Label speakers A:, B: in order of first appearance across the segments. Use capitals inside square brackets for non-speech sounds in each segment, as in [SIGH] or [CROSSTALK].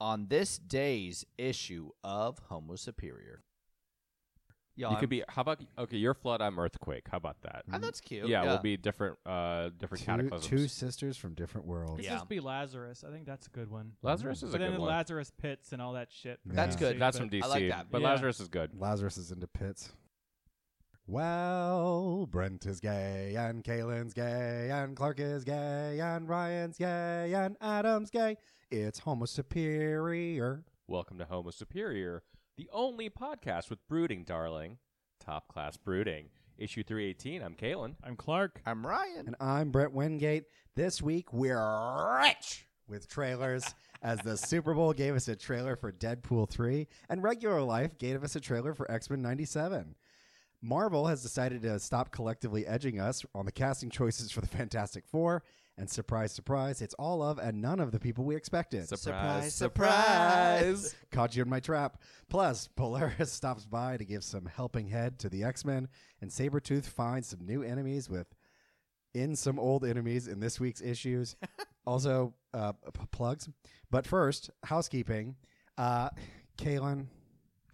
A: on this day's issue of Homo Superior.
B: you
A: Y'all,
B: could be. How about okay? You're flood. I'm earthquake. How about that?
A: Oh, that's cute.
B: yeah, we'll be different. Uh, different
C: Two,
B: cataclysms.
C: two sisters from different worlds.
D: It's
A: Yeah.
D: just be Lazarus. I think that's a good one.
C: Mm-hmm.
B: Lazarus is
D: but
B: a
D: then
B: good
D: the
B: one.
D: Lazarus pits and all that shit. from
C: That's
D: DC,
A: good.
B: That's
D: but
B: from DC.
A: like that.
B: But
D: Yeah.
B: Lazarus is good.
C: Lazarus is into pits. Well, Brent is gay, and Kaylin's gay, and Clark is gay, and Ryan's gay, and Adam's gay. It's Homo Superior.
B: Welcome to Homo Superior, the only podcast with brooding, darling. Top class brooding. Issue 318. I'm Kalen.
D: I'm
C: Ah,
D: Clark.
A: I'm Ryan.
C: And I'm Brent Wingate. This week we're rich with trailers as the Super Bowl gave us a trailer for Deadpool 3 and regular life gave us a trailer for X-Men 97. Marvel has decided to stop collectively edging us on the casting choices for the Fantastic 4 and surprise surprise it's all of and none of the people we expected.
B: Surprise,
A: Surprise, surprise.
C: Caught you in my trap. Plus, Polaris [LAUGHS] stops by to give some helping head to the X Men, and Sabretooth finds some new enemies with in some old enemies in this
A: [LAUGHS]
C: week's issues. also, uh, p- plugs. But first, housekeeping. Uh, Kalen.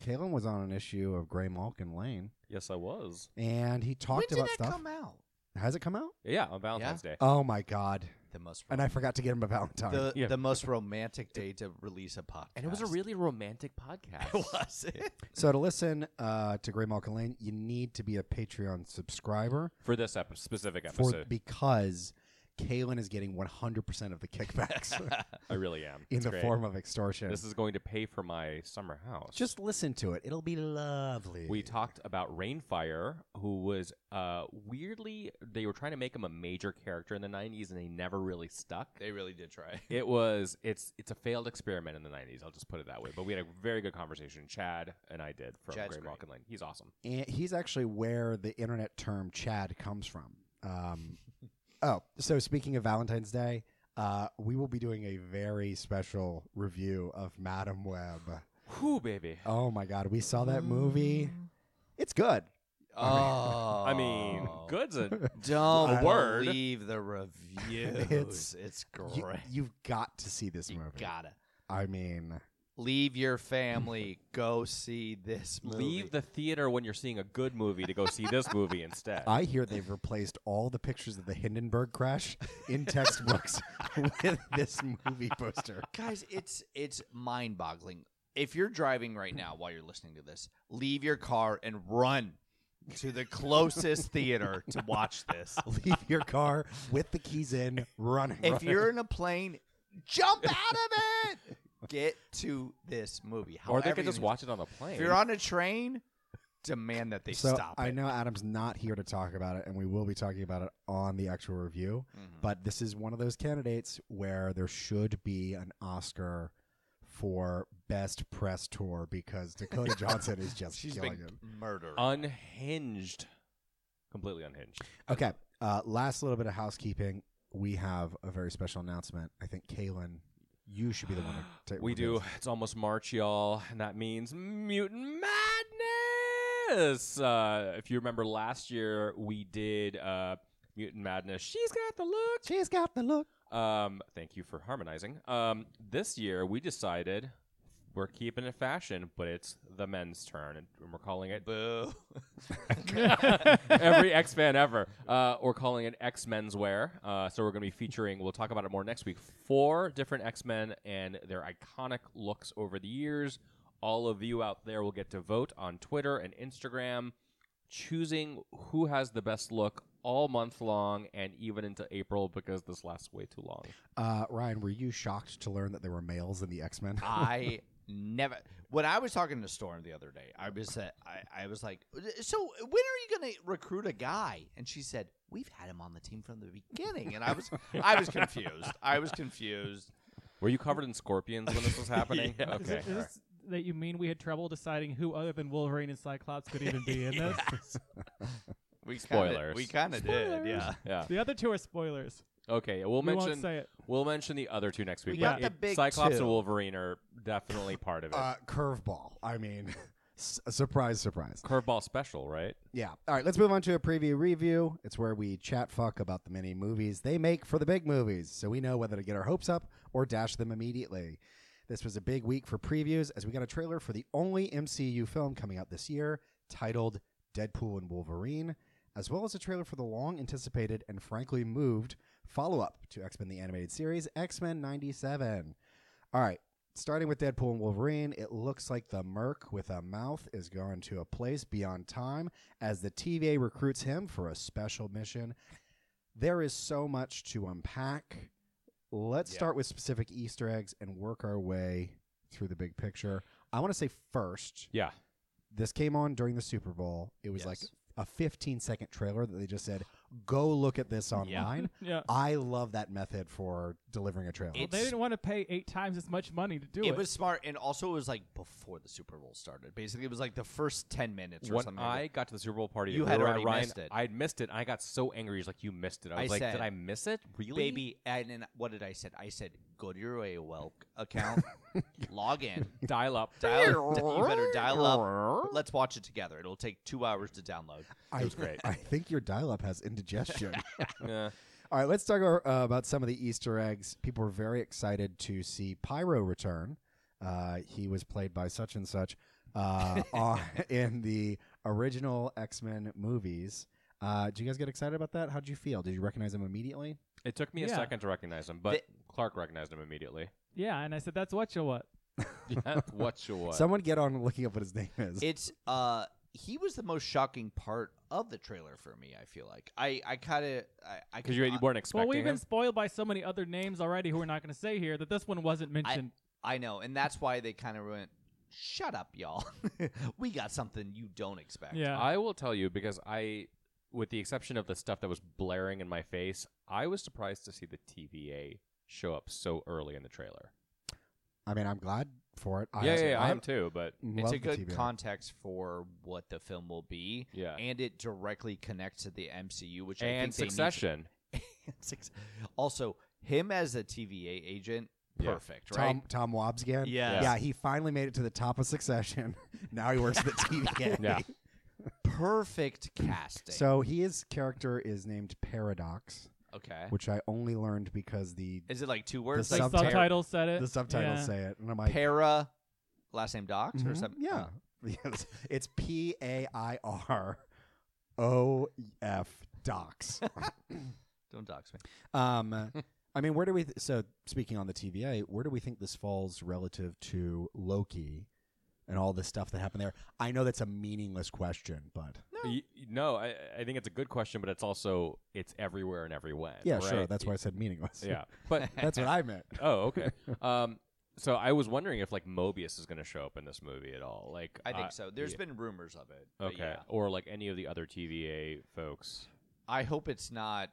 C: Kalen was on an issue of Grey Malkin Lane,
B: Yes, I was.
C: and he
A: When
C: talked
A: did
C: about
A: that
C: stuff.
A: come out?
C: Has it come out?
B: Yeah, on Valentine's Day.
C: Oh my god!
A: The most
C: And I forgot to get him a Valentine.
A: the,
B: Yeah.
A: the most romantic day to release a podcast.
B: And it was a really romantic podcast.
A: it
B: [LAUGHS]
A: was it?
C: so to listen uh, to Grey Malkin Lane, you need to be a Patreon subscriber.
B: For this epi- specific
C: for
B: episode.
C: because Kalen is getting 100% of
B: [LAUGHS]
C: the kickbacks
B: I really am.
C: in
B: It's
C: the
B: great.
C: form of extortion.
B: This is going to pay for my summer house.
C: Just listen to it. It'll be lovely.
B: We talked about Rainfire, who was uh, weirdly, they were trying to make him a major character in the 90s and they never really stuck.
A: They really did try.
B: It was it's it's a failed experiment in the '90s. I'll just put it that way. But we had a very good conversation. Chad and I did from
A: Chad's
B: Great
A: great.
B: Malkin Lane. He's awesome.
C: and he's actually where the internet term Chad comes from. Um, [LAUGHS] oh, so speaking of Valentine's Day, uh, we will be doing a very special review of Madam Web.
B: Whoo, baby.
C: Oh my God, we saw that movie.
B: Mm.
C: It's good.
A: Oh,
B: I mean,
A: [LAUGHS]
B: good's a
A: Don't
B: A word.
A: believe the reviews.
C: It's-
A: it's, great.
C: You, you've got to see this
A: you
C: movie.
A: gotta
C: I mean,
A: leave your family. go see this movie.
B: leave the theater when you're seeing a good movie to go see this movie instead.
C: I hear they've replaced all the pictures of the Hindenburg crash
A: [LAUGHS]
C: in textbooks with this movie poster.
A: guys it's it's mind-boggling if you're driving right now while you're listening to this leave your car and run to the closest theater to watch this
C: Leave your car with the keys in, running.
A: if you're in a plane jump out of it get to this movie
B: or they
A: However
B: could
A: you
B: just
A: do-
B: watch it on the plane.
A: if you're on a train demand that they
C: so
A: stop
C: I
A: it.
C: know Adam's not here to talk about it, and we will be talking about it on the actual review.
A: Mhm.
C: But this is one of those candidates where there should be an Oscar for best press tour
A: [LAUGHS]
C: because Dakota Johnson is just
A: she's
C: killing
A: been
C: it.
A: murdered
B: unhinged, completely unhinged.
C: Okay. Uh, last little bit of housekeeping. We have a very special announcement. I think Kaylin, you should be the one
B: [GASPS]
C: to take.
B: We do. It's almost March, y'all, and that means mutant madness. Uh, if you remember last year, we did uh, mutant madness. She's got the look.
C: She's got the look.
B: Um, thank you for harmonizing. Um, this year we decided we're keeping it fashion, but it's the men's turn, and we're calling it
A: boo
B: every X fan ever. Uh, we're calling it X Men's Wear. Uh, so we're going to be featuring. We'll talk about it more next week. Four different X Men and their iconic looks over the years. All of you out there will get to vote on Twitter and Instagram, choosing who has the best look all month long and even into April because this lasts way too long.
C: Uh, Ryan, were you shocked to learn that there were males in the
B: [LAUGHS]
C: X Men?
A: I never. When I was talking to Storm the other day, I was uh, I, I was like, "So when are you going to recruit a guy?" And she said, "We've had him on the team from the beginning." And I was I was confused. I was confused.
B: Were you covered in scorpions when
A: [LAUGHS]
B: this was happening?
D: Is,
B: Okay.
D: it, is this that you mean we had trouble deciding who other than Wolverine and Cyclops could even be
B: [LAUGHS]
D: in this?
A: We kinda-
B: Spoilers.
A: we kind of did. Yeah.
B: Yeah.
D: The other two are spoilers.
B: Okay. We'll
D: we
B: mention.
D: won't say it.
B: We'll mention the other two next week.
A: We got
B: but
A: the
B: it-
A: big
B: Cyclops
A: two.
B: and Wolverine are definitely part of it.
C: [LAUGHS] Uh, curveball. I mean, [LAUGHS] s- surprise, surprise.
B: Curveball special, right?
C: Yeah. All right. Let's move on to a preview review. It's where we chat fuck about the many movies they make for the big movies, so we know whether to get our hopes up or dash them immediately. This was a big week for previews as we got a trailer for the only MCU film coming out this year titled Deadpool and Wolverine, as well as a trailer for the long anticipated and frankly moved follow up to X Men the Animated Series, X Men 97. All right, starting with Deadpool and Wolverine, it looks like the Merc with a mouth is going to a place beyond time as the TVA recruits him for a special mission. There is so much to unpack. Let's
A: Yeah.
C: start with specific Easter eggs and work our way through the big picture. I want to say first,
B: Yeah.
C: this came on during the Super Bowl. It was like
A: Yes.
C: a 15 second trailer that they just said, go look at this online.
A: [LAUGHS]
D: yeah.
C: I love that method for delivering a trailer.
D: Well, they
A: It's-
D: didn't want to pay eight times as much money to do it.
A: It was smart, and also it was like before the Super Bowl started. Basically, it was like the first ten minutes or
B: When
A: something.
B: I
A: like
B: got to the Super Bowl party,
A: You
B: we
A: had
B: were at
A: already
B: Ryan,
A: missed it.
B: I'd missed it. And I got so angry. He's like, "You missed it." I
A: I
B: was like,
A: said,
B: "Did I miss it? Really,
A: that. baby, and then what did I said? I said go to your AOL
B: [LAUGHS]
A: account, log
D: [LAUGHS]
A: in,
B: Dial up,
A: dial. you better dial up. Let's watch it together. It'll take two hours to download.
C: [LAUGHS] I, great. I think your dial-up has
A: [LAUGHS]
C: indigestion.
B: Yeah.
C: All right, let's talk about, uh, about some of the Easter eggs. People were very excited to see Pyro return. Uh, he was played by such and such
A: [LAUGHS]
C: uh, on, in the original X-Men movies. Uh, did you guys get excited about that? How did you feel? Did you recognize him immediately?
B: It took me a
D: Yeah.
B: second to recognize him, but Clark recognized him immediately.
D: yeah, and I said, that's what you what.
B: [LAUGHS] Yeah, [LAUGHS] what you what?
C: Someone get on looking up what his name is.
A: It's uh he was the most shocking part of the trailer for me, I feel like. I I kind of I, I
B: Because you, you weren't expecting
D: Well, we've
B: him.
D: been spoiled by so many other names already who we're not going to say here that this one wasn't mentioned.
A: I know, and that's why they kind of went shut up, y'all. [LAUGHS] we got something you don't expect.
D: yeah.
B: I will tell you because I, with the exception of the stuff that was blaring in my face, I was surprised to see the TVA show up so early in the trailer.
C: I mean, I'm glad for it. I
B: yeah,
C: also-
B: yeah, yeah, I
C: I
B: am too. But
A: It's
C: love
A: a
C: the
A: good
C: TVA.
A: context for what the film will be.
B: Yeah.
A: And it directly connects to the MCU, which I
B: and
A: think they need to- [LAUGHS]
B: Succession,
A: Suc- also, him as a TVA agent,
B: Yeah.
A: perfect, right?
C: Tom Tom Wobbs again.
A: Yes.
C: Yeah, he finally made it to the top of Succession. [LAUGHS] now he works at the TVA.
B: Yeah.
A: Perfect casting.
C: So he his character is named Paradox,
A: okay.
C: which I only learned because the
A: Is it like two words?
C: The
A: like
D: like
C: subtitle-
A: para-
D: subtitles said it.
C: the subtitles
D: Yeah.
C: say it, and I'm like,
A: para last name docs or
C: mhm,
A: something.
C: Yeah, [LAUGHS]
A: Oh.
C: Yes. it's P A I R O F Docs.
A: don't dox me.
B: [LAUGHS]
C: um, I mean, where do we? Th- so speaking on the TVA, where do we think this falls relative to Loki? And all the stuff that happened there. I know that's a meaningless question, but
B: Y- y- no, I, I think it's a good question, but it's also it's everywhere and every when.
C: yeah, sure.
B: right?
C: That's why I said meaningless.
B: Yeah, but
C: [LAUGHS] that's what I meant.
B: [LAUGHS] oh, okay. Um, so I was wondering if like Mobius is going to show up in this movie at all. Like,
A: I think
B: uh,
A: so. There's
B: yeah.
A: been rumors of it. but
B: okay,
A: yeah.
B: or like any of the other TVA folks.
A: [LAUGHS] I hope it's not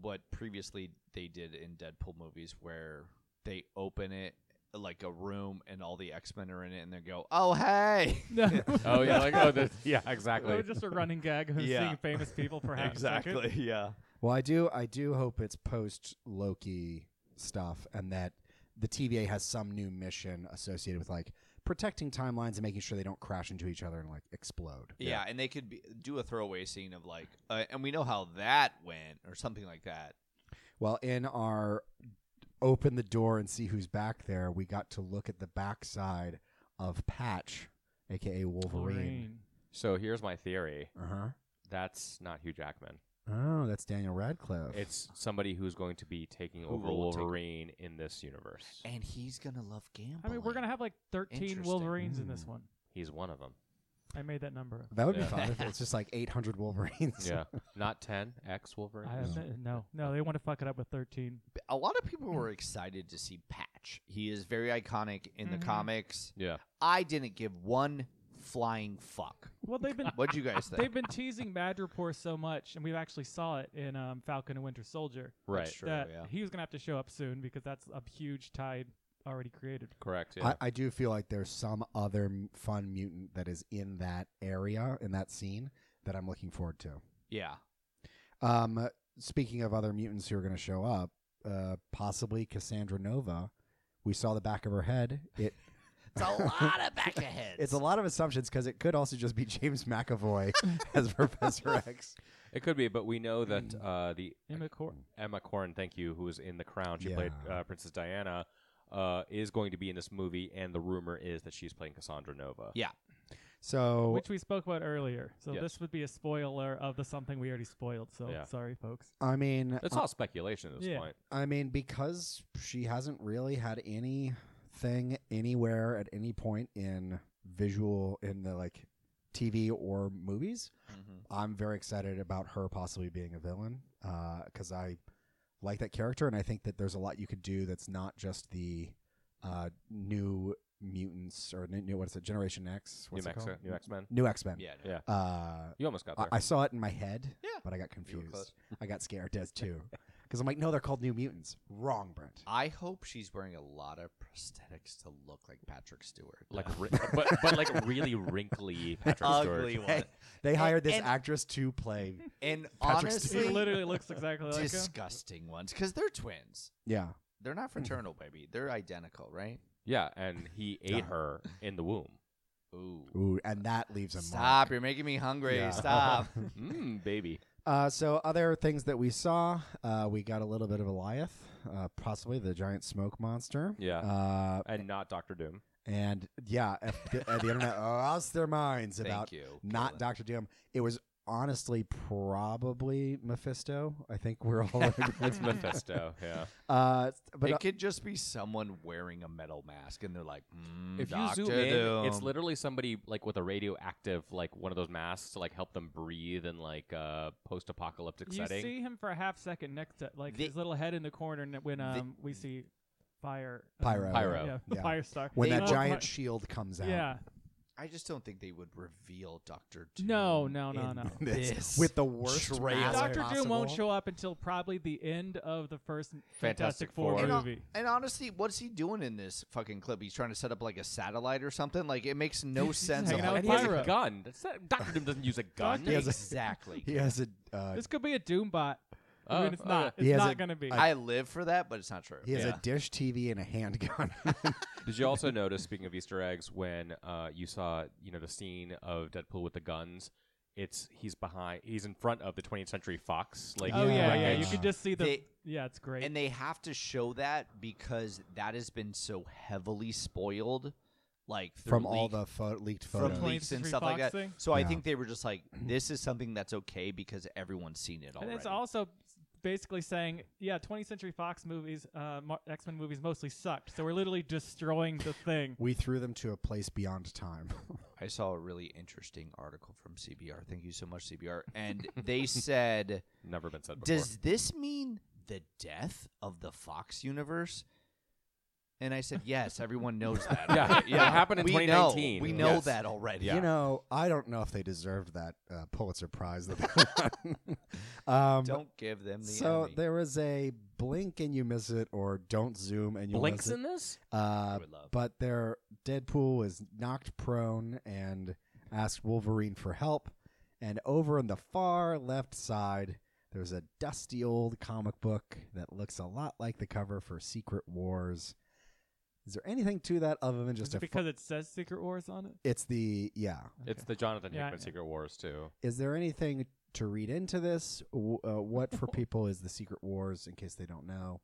A: what previously they did in Deadpool movies where they open it like a room and all the X Men are in it and they go, Oh hey
D: [LAUGHS] No. [LAUGHS]
B: Oh yeah, like oh the, yeah,
D: It
B: exactly.
D: was just a running gag of
A: Yeah.
D: seeing famous people, perhaps.
A: Exactly. [LAUGHS] Yeah.
C: Well, I do. I do hope it's post Loki stuff, and that the TVA has some new mission associated with like protecting timelines and making sure they don't crash into each other and like explode.
A: Yeah, and they could be, do a throwaway scene of like, uh, and we know how that went, or something like that.
C: Well, in our open the door and see who's back there, we got to look at the backside of Patch, aka Wolverine.
D: Wolverine.
B: So here's my theory.
C: Uh huh.
B: That's not Hugh Jackman.
C: Oh, that's Daniel Radcliffe.
B: It's somebody who's going to be taking
A: Who
B: over
A: will take-
B: Wolverine in this universe.
A: And he's gonna love gambling.
D: I mean, we're going to have like 13
A: Interesting.
D: Wolverines in this
C: Mm.
D: one.
B: He's one of
A: [LAUGHS]
B: them.
D: I made that number. up.
C: that would be
B: Yeah.
C: fun
B: [LAUGHS]
C: if it's just like 800 Wolverines.
B: Yeah, not ten X Wolverine.
D: I have, no, no, they want to fuck it up with 13.
A: a lot of people were excited to see Patch. He is very iconic in the
D: Mhm.
A: comics.
B: Yeah,
A: I didn't give one flying fuck.
D: Well,
A: [LAUGHS]
D: they've been
A: What'd you
D: [LAUGHS]
A: guys think?
D: they've been teasing Madripoor so much, and we've actually saw it in um, Falcon and Winter Soldier
B: right.
A: That's true.
D: that
A: yeah.
D: he was going to have to show up soon because that's a huge tide already created.
B: Correct. Yeah.
C: I, I do feel like there's some other m- fun mutant that is in that area in that scene that I'm looking forward to.
A: Yeah.
C: Um, speaking of other mutants who are going to show up, uh, possibly Cassandra Nova. We saw the back of her head.
B: [LAUGHS]
C: It
A: [LAUGHS] It's a lot of back ahead.
C: it's a lot of assumptions because it could also just be [LAUGHS]
B: [LAUGHS]
C: James McAvoy as Professor X.
B: it could be, but we know that uh, the
D: Emma Cor-
B: Emma Corrin, thank you, who was in The Crown, she played
C: Yeah.
B: uh, Princess Diana. uh, is going to be in this movie, and the rumor is that she's playing Cassandra Nova.
A: Yeah.
C: So
D: which we spoke about earlier. So
B: Yes.
D: this would be a spoiler of the something we already spoiled. So
B: Yeah.
D: sorry, folks.
C: I mean,
B: That's all speculation at this
D: Yeah.
B: point.
C: I mean, because she hasn't really had anything anywhere at any point in visual in the like TV or movies.
A: Mhm.
C: I'm very excited about her possibly being a villain because I like that character, and I think that there's a lot you could do that's not just the uh, new mutants or new, new what's it Generation X, what's
B: New
C: it called?
B: Mexico, New X Men.
C: New X Men.
A: Yeah.
B: Yeah.
C: Uh,
B: You almost got
C: I,
B: there.
C: I saw it in my head,
A: Yeah.
C: but I got
A: You were close.
C: confused. I got scared, Des
A: [LAUGHS]
C: too, because I'm like, no, they're called New Mutants. Wrong, Brent.
A: I hope she's wearing a lot of prosthetics to look like Patrick Stewart. [LAUGHS]
B: like, ri- but but like really wrinkly Patrick
A: ugly
B: [LAUGHS] Stewart.
A: one.
C: They hired this
A: and-
C: actress to play.
A: [LAUGHS] And
C: Patrick
A: honestly,
D: He literally
A: [LAUGHS]
D: looks exactly like him.
A: disgusting ones because they're twins.
C: Yeah,
A: They're not fraternal, baby. They're identical, right?
B: Yeah, and he ate
C: Yeah.
B: her in the womb.
A: Ooh.
C: ooh, and that leaves a
A: Stop!
C: mark.
A: You're making me hungry.
C: Yeah.
A: Stop.
B: [LAUGHS] Mm, baby.
C: Uh, so other things that we saw, uh, we got a little bit of Eliath, uh, possibly the giant smoke monster.
B: Yeah.
C: Uh,
B: And not Doctor Doom.
C: and yeah, if the, uh,
A: [LAUGHS]
C: the internet lost their minds
A: Thank
C: about
A: you.
C: not
A: Caitlin.
C: Doctor Doom. It was honestly probably Mephisto. I think
A: [LAUGHS]
C: we're all. in
B: It's
C: agreement.
B: Mephisto. Yeah.
C: uh, but
A: it
C: uh,
A: could just be someone wearing a metal mask, and they're like, mm,
D: Mm-hmm.
B: If you
A: Doctor
B: zoom in, it's
A: Doom.
B: literally somebody like with a radioactive, like one of those masks to like help them breathe in like uh, post-apocalyptic
D: You
B: setting.
D: see him for a half second next to like
A: The-
D: his little head in the corner n- when
A: The-
D: um we see fire
C: Pyro.
B: Pyro.
D: Yeah,
C: Yeah.
D: fire star.
C: when
A: They
C: that
A: were-
D: Oh,
C: giant
D: my-
C: shield comes out.
D: yeah.
A: I just don't think they would reveal Doctor Doom.
D: No, no, no,
A: in
D: no.
C: This,
A: This
C: with [LAUGHS] the worst
A: trailer.
C: mask
A: Doctor
D: Doctor Doom
C: possible.
D: won't show up until probably the end of the first
B: Fantastic
D: Fantastic, Four,
B: Four.
A: And, hon-
D: movie.
A: and honestly, what's he doing in this fucking clip? He's trying to set up like a satellite or something. Like it makes no sense.
D: hanging
A: at all.
D: out
B: and
D: with
B: he has a
D: Pyro.
B: gun. That's not, Doctor Doom doesn't use a gun.
D: [LAUGHS] Doctor-
C: He has a-
A: exactly.
C: [LAUGHS] He has a. Uh,
D: This could be a Doom bot. I
B: Oh,
D: mean, it's
B: okay.
D: not. [LAUGHS]
C: He
D: It's
C: has
D: not
C: a-
D: going to be.
A: uh, I live for that, but it's not true.
C: he has
B: Yeah.
C: a dish TV and a handgun. [LAUGHS]
B: Did you also notice, speaking of Easter eggs, when uh, you saw you know the scene of Deadpool with the guns? It's he's behind. He's in front of the 20th Century Fox. Like
D: oh yeah, yeah. You
B: wreckage.
C: Yeah.
D: can just see the.
A: They-
D: yeah, it's great.
A: And they have to show that because that has been so heavily spoiled, like through
C: from all
A: leak-
C: the pho- leaked
B: Oh,
A: from
C: photos.
D: Yeah.
A: leaks and
D: Free
A: stuff like
D: Fox
A: that.
D: thing?
A: So I
C: Yeah.
A: think they were just like, this is something that's okay because everyone's seen it already.
D: And it's also basically saying, yeah, 20th Century Fox movies, uh, Mar- X Men movies mostly sucked. So we're literally destroying the thing.
C: we threw them to a place
A: [LAUGHS]
C: beyond time.
A: I saw a really interesting article from CBR. Thank you so much, CBR. And
B: [LAUGHS]
A: they said,
B: Never been said before.
A: Does this mean the death of the Fox universe? And I said, Yes, everyone
B: [LAUGHS]
A: knows that.
B: Yeah,
A: already."
B: it happened in
A: we
B: 2019.
A: Know, we know
B: Yes.
A: that already.
B: Yeah.
C: You know, I don't know if they deserved that uh, Pulitzer Prize. That they [LAUGHS] won. um,
A: Don't give them the
C: so
A: Emmy.
C: there was a blink and you miss it, or don't zoom and you
B: Blinks
C: miss it.
B: in this?
A: I
C: Uh,
A: would love.
C: but their Deadpool was knocked prone and asked Wolverine for help. And over on the far left side, there's a dusty old comic book that looks a lot like the cover for Secret Wars. Is there anything to that other than just
D: Is it
C: a? fu-
D: because it says Secret Wars on it?
C: it's the yeah.
B: It's the Jonathan
D: Yeah,
B: Hickman
D: yeah.
B: Secret Wars too.
C: Is there anything to read into this? W- uh, what
D: [LAUGHS]
C: for people is the Secret Wars? In case they don't know.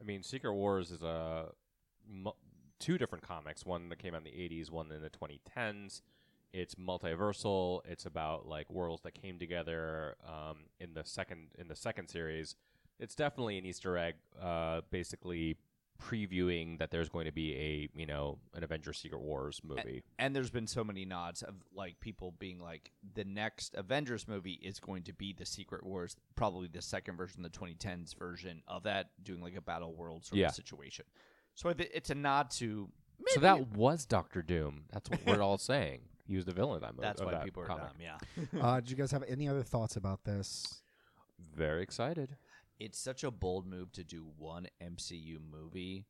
B: I mean, Secret Wars is a mu- two different comics. One that came out in the '80s, one in the 2010s. It's multiversal. It's about like worlds that came together um, in the second in the second series. It's definitely an Easter egg, uh, basically previewing that there's going to be a you know an Avengers Secret Wars
A: Eh,
B: movie.
A: and there's been so many nods of like people being like, the next Avengers movie is going to be the Secret Wars, probably the second version, the 2010s version of that, doing like a battle world sort
B: Yeah.
A: of situation. So I thi- it's a nod to. Maybe
B: so that was Doctor Doom. That's what we're
A: [LAUGHS]
B: all saying. He was the villain of that movie.
A: that's
B: of
A: why
B: that
A: people are
B: comic.
A: dumb. Yeah.
C: uh, did you guys have any other thoughts about this?
B: Very excited.
A: it's such a bold move to do one MCU movie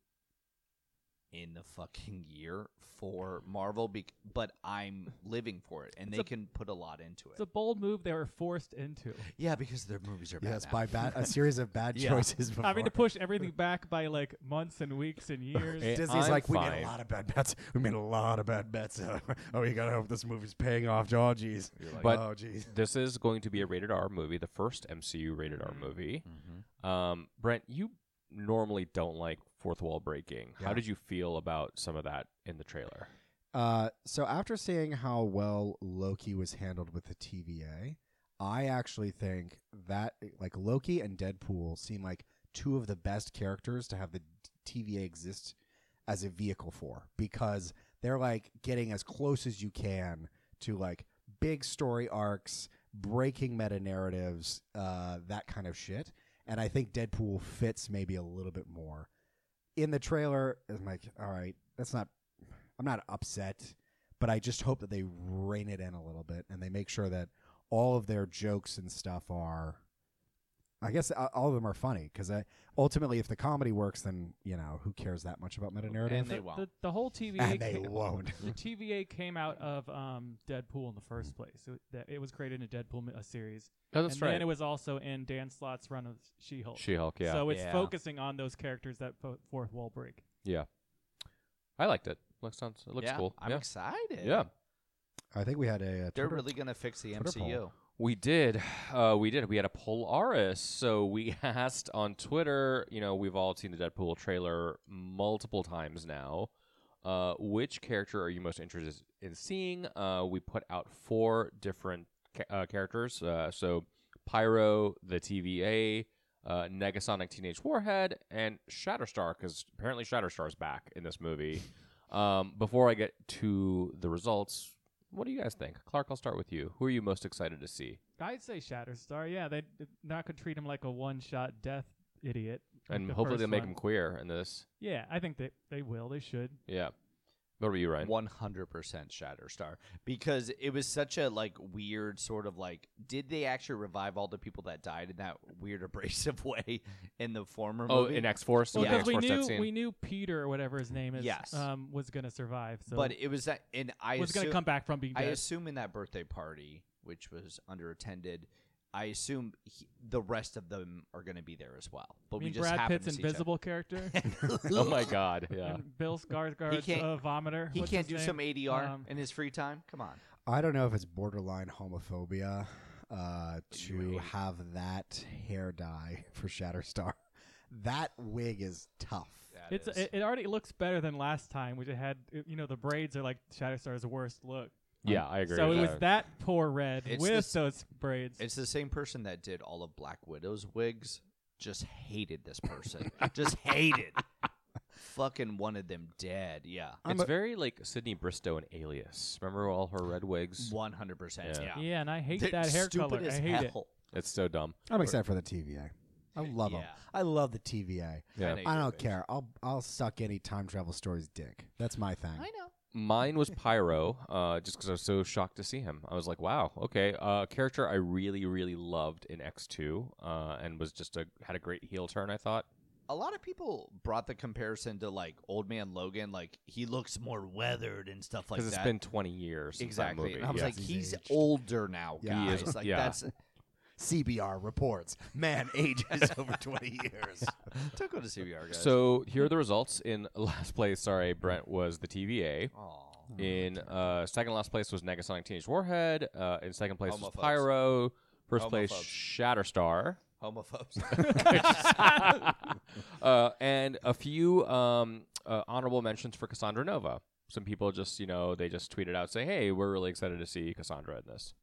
A: in the fucking year for Marvel, bec but I'm living for it, and
D: It's
A: they
D: a-
A: can put a lot into it.
D: It's a bold move they were forced into.
A: yeah, because their movies are
C: Yes,
A: bad. [LAUGHS]
C: by bad a series of bad
D: [LAUGHS]
A: Yeah.
C: choices. Before.
D: I mean, to push everything back by like months and weeks and
B: Eh.
D: years.
C: Disney's
B: I'm
C: like, we made
B: fine."
C: a lot of bad bets. [LAUGHS] We made a lot of bad bets. [LAUGHS] oh, you gotta hope this movie's paying off. Oh, jeez.
B: But-
C: oh, jeez.
B: This is going to be a rated R movie, the first MCU rated R movie.
A: mm-hmm.
B: Um, Brent, you normally don't like fourth wall breaking. How
C: Yeah.
B: did you feel about some of that in the trailer?
C: Uh, so after seeing how well Loki was handled with the TVA, I actually think that like Loki and Deadpool seem like two of the best characters to have the TVA exist as a vehicle for because they're like getting as close as you can to like big story arcs, breaking meta narratives, uh, that kind of shit. And I think Deadpool fits maybe a little bit more in the trailer. I'm like, all right, that's not I'm not upset, but I just hope that they rein it in a little bit and they make sure that all of their jokes and stuff are. I guess a- all of them are funny because ultimately, if the comedy works, then you know who cares that much about meta narrative? [LAUGHS]
A: And they
D: the,
A: won't.
D: The, the whole TVA
C: And they
D: came,
C: won't.
D: the TVA came out of um, Deadpool in the first place. It, that it was created in a Deadpool mi- a series,
B: Oh,
D: and then it was also in Dan Slott's run of She-Hulk.
B: She Hulk. Yeah,
D: So it's
A: Yeah.
D: focusing on those characters that fo- fourth wall break.
B: I liked it. Looks sounds. It looks
A: Yeah,
B: cool.
A: I'm
B: yeah.
A: excited.
B: Yeah.
C: I think we had a, uh
A: They're
C: Twitter-
A: really gonna fix the
C: Twitter poll.
A: MCU.
B: We did. Uh, we did. We had a Polaris. So we [LAUGHS] asked on Twitter, you know, we've all seen the Deadpool trailer multiple times now. Uh, which character are you most interested in seeing? Uh, we put out four different ca- uh, characters. Uh, so Pyro, the TVA, uh, Negasonic Teenage Warhead, and Shatterstar, because apparently Shatterstar's back in this movie. [LAUGHS] Um, before I get to the results, what do you guys think? Clark, I'll start with you. Who are you most excited to see?
D: I'd say Shatterstar. Yeah, they not could treat him like a one-shot death idiot. like
B: And
D: the
B: hopefully
D: first
B: they'll make
D: one.
B: him queer in this.
D: Yeah, I think they they will. They should.
B: Yeah. What about you, Ryan?
A: One hundred percent Shatterstar because it was such a like weird sort of like did they actually revive all the people that died in that weird [LAUGHS] abrasive way in the former
B: Oh,
A: movie?
B: in X Force.
D: Well,
A: Yeah.
D: because
B: X
D: we
B: Force
D: knew
B: death scene. [LAUGHS]
D: we knew Peter or whatever his name is
A: Yes.
D: um, was going to survive. So
A: but it was that and I
D: was going to
A: assume-
D: come back from being
A: I
D: dead.
A: assume in that birthday party, which was underattended, I assume he, the rest of them are going to be there as well. But
D: I
A: we
D: mean,
A: just
D: Brad
A: happen
D: Pitt's
A: to see each other. [LAUGHS]
D: invisible character
B: oh my God. [LAUGHS] Yeah.
D: and Bill Skarsgård's
A: can't-
D: uh, vomiter.
A: He
D: What's
A: can't
D: his
A: do
D: name?
A: some ADR
D: Um,
A: in his free time. Come on.
C: I don't know if it's borderline homophobia uh, to have that hair dye [LAUGHS] for Shatterstar. That wig is tough.
D: It's it, it already looks better than last time, which it had. it- you know, the braids are like Shatterstar's worst look.
B: yeah, I agree.
D: So
B: with
D: it was
B: that.
D: that poor red
A: It's
D: with
A: this-
D: those braids.
A: it's the same person that did all of Black Widow's wigs. Just hated this person. just hated. Fucking wanted them dead. Yeah.
C: I'm
B: it's
C: a-
B: very like Sydney Bristow and Alias. Remember all her red wigs?
A: 100%.
B: Yeah.
A: Yeah.
D: yeah, and I hate
A: They're
D: that hair
A: stupid
D: color. I
A: as
D: hate it.
A: hell.
B: It's so dumb.
C: I'm excited for the TVA.
A: [LAUGHS]
C: I love them.
A: Yeah.
C: I love the TVA.
B: Yeah.
A: know you
C: I
A: do,
C: don't
A: bitch.
C: care. I'll I'll suck any time travel story's dick. That's my thing.
A: I know.
B: Mine was Pyro, uh, just because I was so shocked to see him. I was like, "Wow, okay." Uh, character I really, really loved in X two, uh, and was just a had a great heel turn. I thought.
A: a lot of people brought the comparison to like old man Logan, like he looks more weathered and stuff like
B: because
A: that.
B: it's been 20 years since that
A: exactly.
B: movie.
A: And I was
B: Yeah.
A: like,
C: He's
A: he's
C: aged.
A: older now,
C: Yeah.
B: He
A: guys.
B: is-
A: like
B: yeah.
A: that's [LAUGHS]
C: CBR reports. Man [LAUGHS] ages over 20 years.
A: don't go to CBR guys.
B: so here are the results in [LAUGHS] last place sorry brent was the tva
A: Aw.
B: in uh, second last place was negasonic teenage warhead uh, in second place was
A: Homophobes.
B: pyro first place [LAUGHS] shatterstar
A: [LAUGHS] homophobes.
B: uh, and a few um, uh, honorable mentions for cassandra nova some people just you know they just tweeted out saying hey we're really excited to see cassandra in this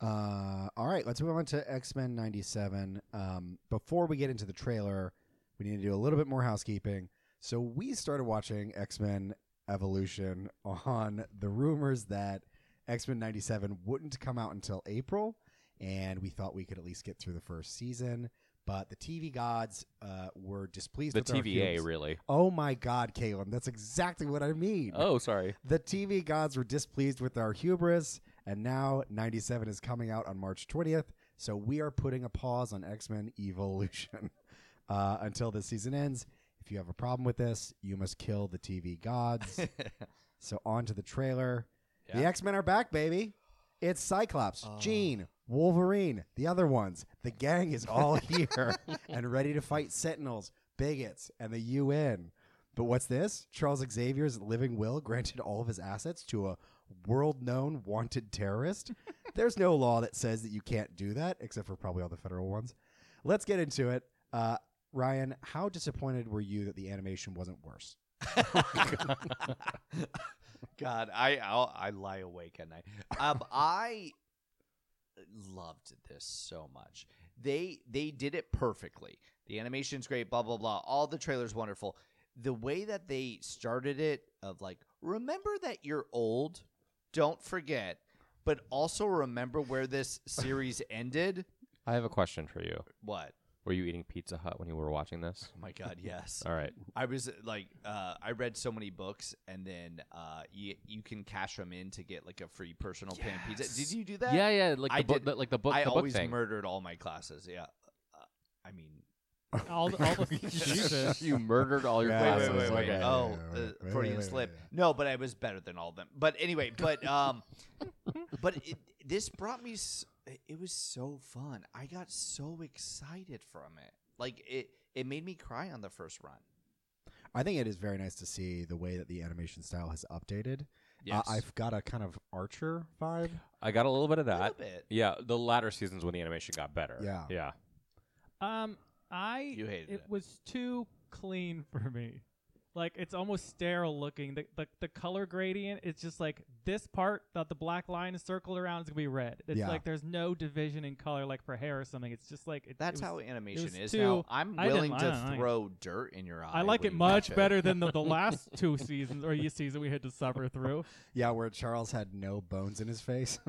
C: Uh, all right, let's move on to X Men 97. Um, before we get into the trailer, we need to do a little bit more housekeeping. So, we started watching X Men Evolution on the rumors that X Men 97 wouldn't come out until April, and we thought we could at least get through the first season. But the TV gods uh, were displeased
B: the
C: with our
B: tva
C: feelings.
B: really
C: Oh my God, Caleb, that's exactly what I mean.
B: oh sorry
C: The TV gods were displeased with our hubris, and now 97 is coming out on March 20th, so we are putting a pause on X Men Evolution [LAUGHS] uh, until this season ends. If you have a problem with this, you must kill the TV gods. so, on to the trailer. The
A: Yeah.
C: X Men are back, baby. It's Cyclops, Jean, Wolverine, the other ones. The gang is all [LAUGHS] here and ready to fight Sentinels, bigots, and the UN. But what's this? Charles Xavier's living will granted all of his assets to a world known wanted terrorist? There's no law that says that you can't do that, except for probably all the federal ones. Let's get into it. Uh, Ryan, how disappointed were you that the animation wasn't worse?
A: [LAUGHS] God, I I'll, I lie awake at night. Um, I loved this so much. They they did it perfectly. The animation's great. Blah blah blah. All the trailers wonderful. The way that they started it of like, remember that you're old. Don't forget, but also remember where this series ended.
B: [LAUGHS] I have a question for you.
A: What?
B: Were you eating Pizza Hut when you were watching this?
A: Oh my God!
B: [LAUGHS]
A: Yes.
B: All right.
A: I was like, uh, I read so many books, and then uh, you you can cash them in to get like a free personal pan pizza. Did you do that?
B: Yeah, yeah, like
A: I
B: the book,
A: did-
B: the- like the book,
A: I
B: the book
A: always
B: thing.
A: murdered all my classes. Yeah, uh, I mean,
D: all the, all
A: [LAUGHS]
D: the Jesus.
B: [LAUGHS] [LAUGHS] you murdered all your
C: Yeah,
A: wait, wait,
B: classes.
A: wait, wait.
B: Okay.
A: Oh,
C: Yeah,
A: uh,
C: wait, wait,
A: Freudian
C: wait, wait,
A: slip.
C: wait, wait.
A: No, but I was better than all of them. But anyway, but
C: [LAUGHS]
A: um, but it, this brought me. S- it was so fun. I got so excited from it. Like it, it made me cry on the first run.
C: I think it is very nice to see the way that the animation style has updated.
A: Yes,
C: Uh, I've got a kind of Archer vibe.
B: I got a little bit of
A: a little
B: that.
A: bit.
B: Yeah, the latter seasons when the animation got better.
C: Yeah.
B: yeah.
D: Um, I
A: You hated it.
D: was too clean for me. Like it's almost sterile looking. The, the the color gradient is just like this part that the black line is circled around is gonna be red. It's
C: Yeah.
D: like there's no division in color like for hair or something. It's just like it, it
A: That's
D: was-
A: how animation
D: was
A: is
D: too-
A: now. I'm
D: I didn't
A: willing
D: like- I don't
A: to
D: like it.
A: throw dirt in your eye.
D: I like
A: when
D: it
A: you
D: much
A: watch it.
D: better
A: [LAUGHS]
D: than the, the last two seasons or year season we had to suffer through.
C: Yeah, where Charles had no bones in his face. [LAUGHS]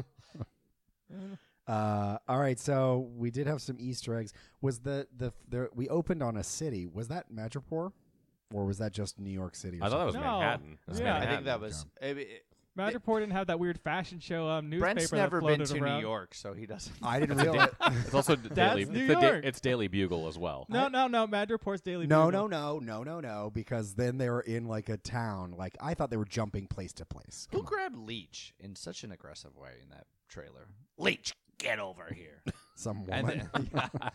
C: uh, all right, so we did have some Easter eggs. Was the the, the we opened on a city? Was that Madripoor, or was that just New York City? Or
B: I thought that was
D: No.
B: Manhattan. That's
D: Yeah.
A: I
B: Manhattan.
A: think that was. I mean, it-
D: Madripoor didn't have that weird fashion show um, newspaper
A: Brent's
D: that
A: never been
D: floated
A: to
D: around.
A: New York, so he doesn't. [LAUGHS]
C: I didn't realize. [LAUGHS]
B: It's
D: [LAUGHS]
B: also the
D: That's
B: daily.
D: New
B: it's, the da-
D: York.
B: it's Daily Bugle as well. [LAUGHS]
D: No, no, no. Madripoor's Daily
C: no,
D: Bugle.
C: no, no, no, no, no. Because then they were in like a town. Like I thought they were jumping place to place.
A: Who
C: Come on.
A: grabbed Leech in such an aggressive way in that trailer? Leech, get over
D: [LAUGHS]
A: here.
C: Some
A: And [LAUGHS]
C: [LAUGHS] woman.
A: then-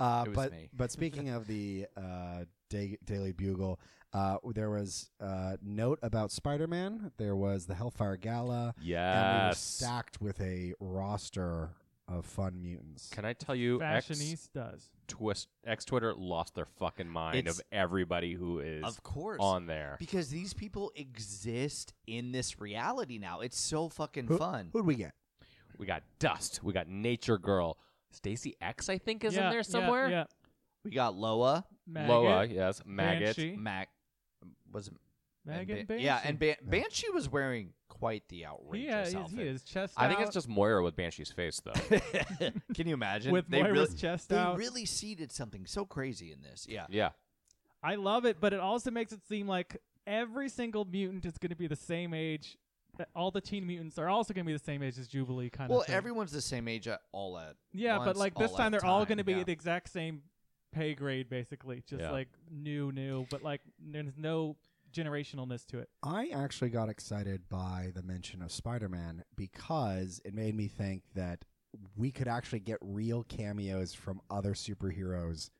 C: Uh,
A: It was
C: but
A: me. [LAUGHS]
C: but speaking of the uh, da- Daily Bugle, uh, there was a note about Spider-Man. There was the Hellfire Gala, and we were
B: Yes.
C: stacked with a roster of fun mutants.
B: Can I tell you, X
D: Fashionistas.
B: twist, X Twitter lost their fucking mind
A: It's-
B: of everybody who is
A: of course.
B: on there.
A: because these people exist in this reality now. It's so fucking
C: Who-
A: fun.
C: Who'd we get?
B: We got Dust. We got Nature Girl. Stacy X, I think, is
D: Yeah,
B: in there
D: yeah,
B: somewhere.
D: Yeah.
A: We got Loa,
D: Maggot,
B: Loa, yes, Maggot.
D: Banshee.
A: Mac, was it, and
D: Maggot
A: Ban-
D: Banshee.
A: yeah, and Ban- Banshee was wearing quite the outrageous
D: Yeah, he is,
A: outfit.
D: he is chest
B: I think it's
D: out
B: just Moira with Banshee's face,
A: [LAUGHS]
B: though.
A: Can you imagine?
D: with
A: they
D: Moira's
A: really,
D: chest
A: they
D: out.
A: really seeded something so crazy in this. Yeah.
B: yeah.
D: I love it, but it also makes it seem like every single mutant is going to be the same age. that All the Teen Mutants are also going to be the same age as Jubilee, kind
A: Well,
D: of. thing.
A: everyone's the same age at all at.
D: yeah, but
A: once,
D: like this
A: all
D: time,
A: at
D: they're all
A: time,
D: going to be
A: yeah.
D: the exact same pay grade, basically, just
B: Yeah.
D: like new, new. But like, there's no generationalness to it.
C: I actually got excited by the mention of Spider-Man because it made me think that we could actually get real cameos from other superheroes,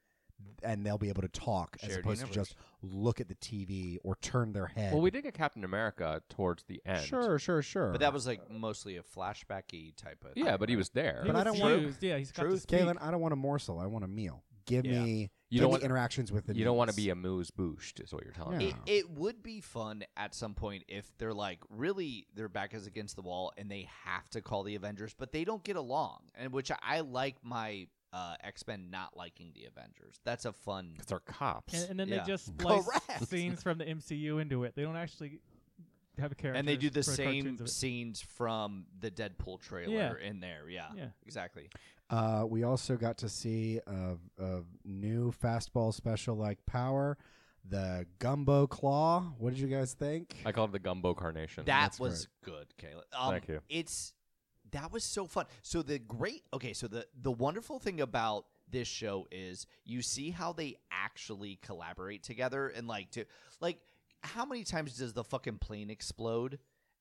C: and they'll be able to talk as
A: Shared
C: opposed to
A: universe.
C: just look at the TV or turn their head.
B: Well, we did get Captain America towards the end.
C: Sure, sure, sure.
A: But that was like mostly a flashbacky type of.
B: Yeah,
A: thing,
B: but he
A: right?
B: was there.
D: he
C: But I
D: was
C: don't want-
D: used. Yeah, he's got to
A: Truth,
D: speak.
C: Kaylin, I don't want a morsel. I want a meal. Give
A: Yeah.
C: me
B: You
C: you
B: don't
C: don't
B: want-
C: interactions with the
B: You don't want to
C: mutants.
B: be amuse bouche, is what you're telling
C: Yeah.
B: me.
A: It, it would be fun at some point if they're like really their back is against the wall and they have to call the Avengers, but they don't get along, and which I like my uh, X Men not liking the Avengers. That's a fun.
B: Because they're cops.
D: And, and then
A: Yeah.
D: they just splice
A: Correct.
D: scenes from the MCU into it. They don't actually have a character.
A: And they do the same scenes from the Deadpool trailer in there. Yeah,
D: Yeah.
A: exactly.
C: Uh, we also got to see a, a new fastball special like power, the Gumbo Claw. What did you guys think?
B: I call it the gumbo carnation.
A: That
C: That's
A: was good, Kayla. Um,
B: Thank you.
A: It's that was so fun. So the great okay. So the the wonderful thing about this show is you see how they actually collaborate together and like to like how many times does the fucking plane explode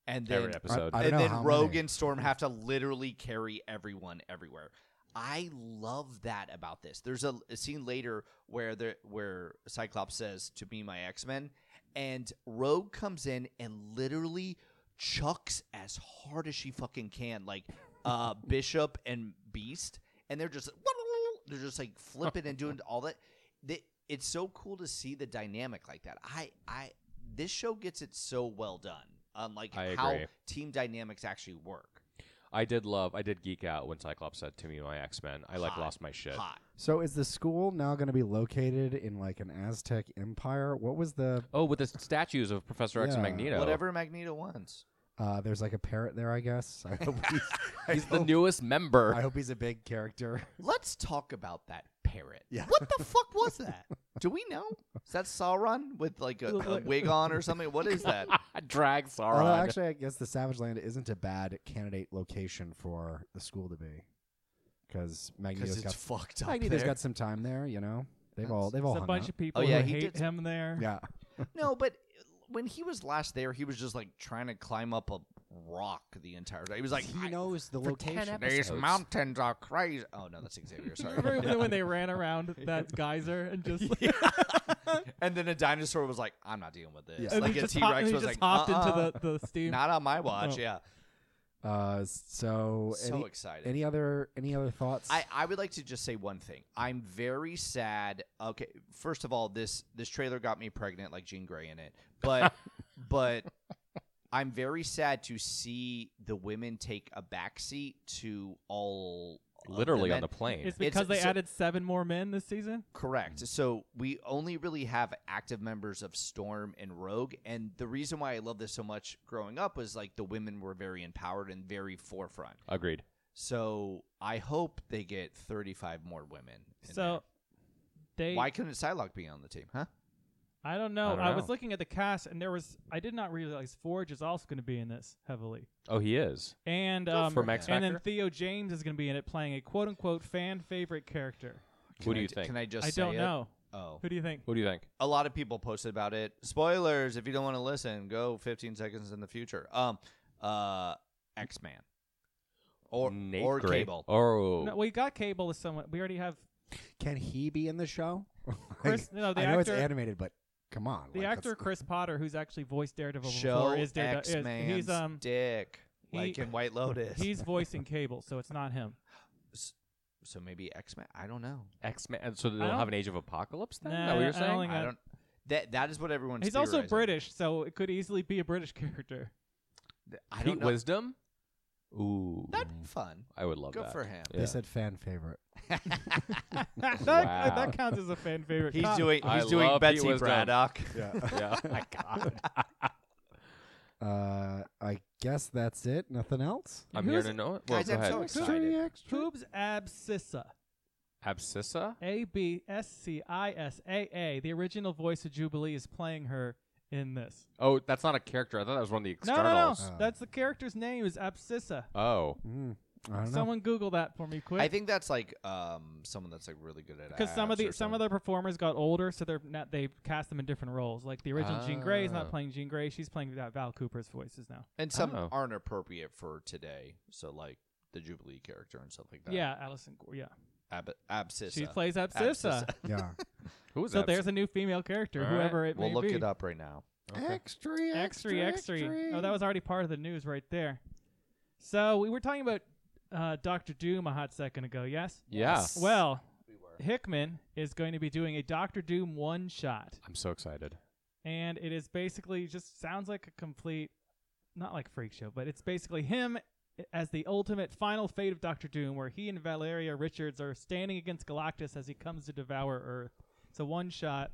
A: and then
B: Every episode.
C: I- I-
A: and
C: don't know
A: then
C: how
A: Rogue
C: many.
A: and Storm have to literally carry everyone everywhere. I love that about this. There's a, a scene later where the where Cyclops says to be my X Men, and Rogue comes in and literally chucks as hard as she fucking can, like uh,
C: [LAUGHS]
A: Bishop and Beast, and they're just they're just like flipping and doing all that. the, it's so cool to see the dynamic like that. I I this show gets it so well done on like
B: I
A: how
B: agree.
A: team dynamics actually work.
B: I did love, I did geek out when Cyclops said to me, "My X Men." I like
A: Hot.
B: lost my shit.
A: Hot.
C: So is the school now going to be located in like an Aztec empire? What was the
B: Oh, with the statues of Professor X and
C: Yeah.
B: Magneto.
A: Whatever Magneto wants.
C: uh there's like a parrot there, I guess. I hope he's,
B: [LAUGHS]
C: I
B: He's the
C: hope-
B: newest member. [LAUGHS]
C: I hope he's a big character.
A: Let's talk about that parrot.
C: Yeah.
A: What the fuck was that? [LAUGHS] Do we know? Is that Sauron with like a, a wig on or something? What is
D: [LAUGHS]
A: that?
B: Drag Sauron.
C: Although Oh, actually I guess the Savage Land isn't a bad candidate location for the school to be. Cuz Magneto's got
A: fucked
C: Magneto's got some time there, you know. They've all they've all
D: There's a
C: hung
D: bunch
C: out.
D: of people
A: Oh, yeah,
D: who
A: he
D: hate
A: did-
D: him there.
C: Yeah.
A: No, but when he was last there, he was just like trying to climb up a rock the entire time. He was like,
C: he
A: "I-
C: knows the
B: for 10
C: location.
B: episodes.
A: These mountains are crazy. Oh no, that's
D: [LAUGHS]
A: Xavier. Sorry.
D: [LAUGHS]
C: [LAUGHS]
D: Remember when they ran around that geyser and just like,
A: [LAUGHS] and then a dinosaur was like, "I'm not dealing with this."
C: Yeah.
D: and
A: Like
D: he
A: a
D: just
A: T
D: hop- and
A: Rex
D: he
A: was like,
D: just hopped
A: "Uh-uh,
D: into the, the steam.
A: "Not on my watch."
D: Oh.
A: Yeah,
C: Uh so,
A: so
C: any,
A: excited.
C: any other any other thoughts?
A: I, I would like to just say one thing. I'm very sad. Okay, first of all, this this trailer got me pregnant, like Jean Grey in it.
C: [LAUGHS]
A: But but I'm very sad to see the women take a backseat to all of
B: literally
A: the men.
B: on the plane.
D: it's because they
A: so-
D: added seven more men this season.
B: Mm.
A: Correct. So we only really have active members of Storm and Rogue. And the reason why I love this so much growing up was like the women were very empowered and very forefront.
B: Agreed.
A: So I hope they get 35 more women. in
D: So
A: there.
D: they
A: why couldn't Psylocke be on the team, huh?
D: I don't know. I,
B: I don't know.
D: was looking at the cast and there was I did not realize Forge is also going to be in this heavily.
B: Oh, he is.
D: And
B: Go
D: um,
B: for Max
D: and then
B: Factor.
D: Theo James is going to be in it playing a quote unquote fan favorite character.
B: Who do
A: I
B: you
A: ju-
B: think?
A: Can I just
D: I
A: say
D: don't
A: it?
D: know.
A: Oh.
D: Who do you think?
B: What do you think?
A: A lot of people posted about it. Spoilers if you don't want to listen, go 15 seconds in the future. Um uh X-Man or
B: Nate
A: or
B: Gray.
A: Cable.
B: Oh,
D: No, we got Cable as someone. We already have
C: Can he be in the show? [LAUGHS]
D: Chris. no, the
C: I know it's
D: actor.
C: animated, but come on.
D: The
C: like, that's-
D: actor Chris Potter, who's actually voiced Daredevil
A: Show
D: before, is
A: X
D: Daredevil. is-
A: Man's
D: He's um
A: dick,
D: he-
A: like in White Lotus. [LAUGHS]
D: he's voicing Cable, so it's not him.
A: so maybe X Men. I don't know.
B: X Men. uh, So they
D: I
B: don't
D: don't-
B: have an Age of Apocalypse then?
D: Nah,
B: Is that what
D: I
B: you're
D: don't
B: saying?
D: think-
A: I
D: on.
A: don't. That that is what everyone's.
D: He's also
A: theorizing.
D: British, so it could easily be a British [LAUGHS] character.
A: Th- I
B: Pete
A: don't know.
B: Wisdom. Ooh,
A: That'd be fun.
B: I would love
A: Good
B: that.
A: for him.
C: They
B: Yeah.
C: said fan favorite.
D: that,
B: Wow.
D: that counts as
A: [LAUGHS]
D: a fan favorite.
A: He's
D: Com-
A: doing. He's
B: I
A: doing
B: love um, Pete
A: Betsy
B: Wisdom.
A: Braddock.
B: [LAUGHS] [LAUGHS] yeah. Oh my God.
C: [LAUGHS] Uh, I guess that's it. Nothing else.
B: I'm here
D: Who's-
B: to know it. Well,
A: Guys,
B: go
A: I'm so
B: ahead.
A: excited.
C: extra.
D: Hoobs Abscissa.
B: Abscissa.
D: A B S C I S A A. The original voice of Jubilee is playing her in this.
B: Oh, that's not a character. I thought that was one of the
D: No, no, no.
B: externals.
C: Oh.
D: That's the character's name is Abscissa.
B: Oh,
C: Mm, I don't know.
D: Someone Google that for me quick.
A: I think that's like um someone that's like really good at.
D: because some of
A: abs
D: the
A: or
D: some of
A: something.
D: the performers got older, so they're not they cast them in different roles. Like the original Jean Grey is
B: Ah.
D: not playing Jean Grey; she's playing that Val Cooper's voices now.
A: and some
B: Oh.
A: aren't appropriate for today. So like the Jubilee character and stuff like that.
D: Yeah, Allison. Gore, Yeah,
A: Ab- Abscissa.
D: she plays Abscissa.
A: [LAUGHS] Abscissa.
C: yeah.
B: who was
D: So
B: that?
D: there's a new female character,
B: All right.
D: whoever it
A: We'll
D: may
A: look
D: be.
A: it up right now.
B: Okay.
C: Extra,
D: X3, X3. Oh, that was already part of the news right there. So we were talking about uh, Doctor Doom a hot second ago, yes?
B: Yeah.
D: Well, Hickman is going to be doing a Doctor Doom one shot.
B: I'm so excited.
D: And it is basically just sounds like a complete, not like freak show, but it's basically him as the ultimate final fate of Doctor Doom, where he and Valeria Richards are standing against Galactus as he comes to devour Earth. It's a one shot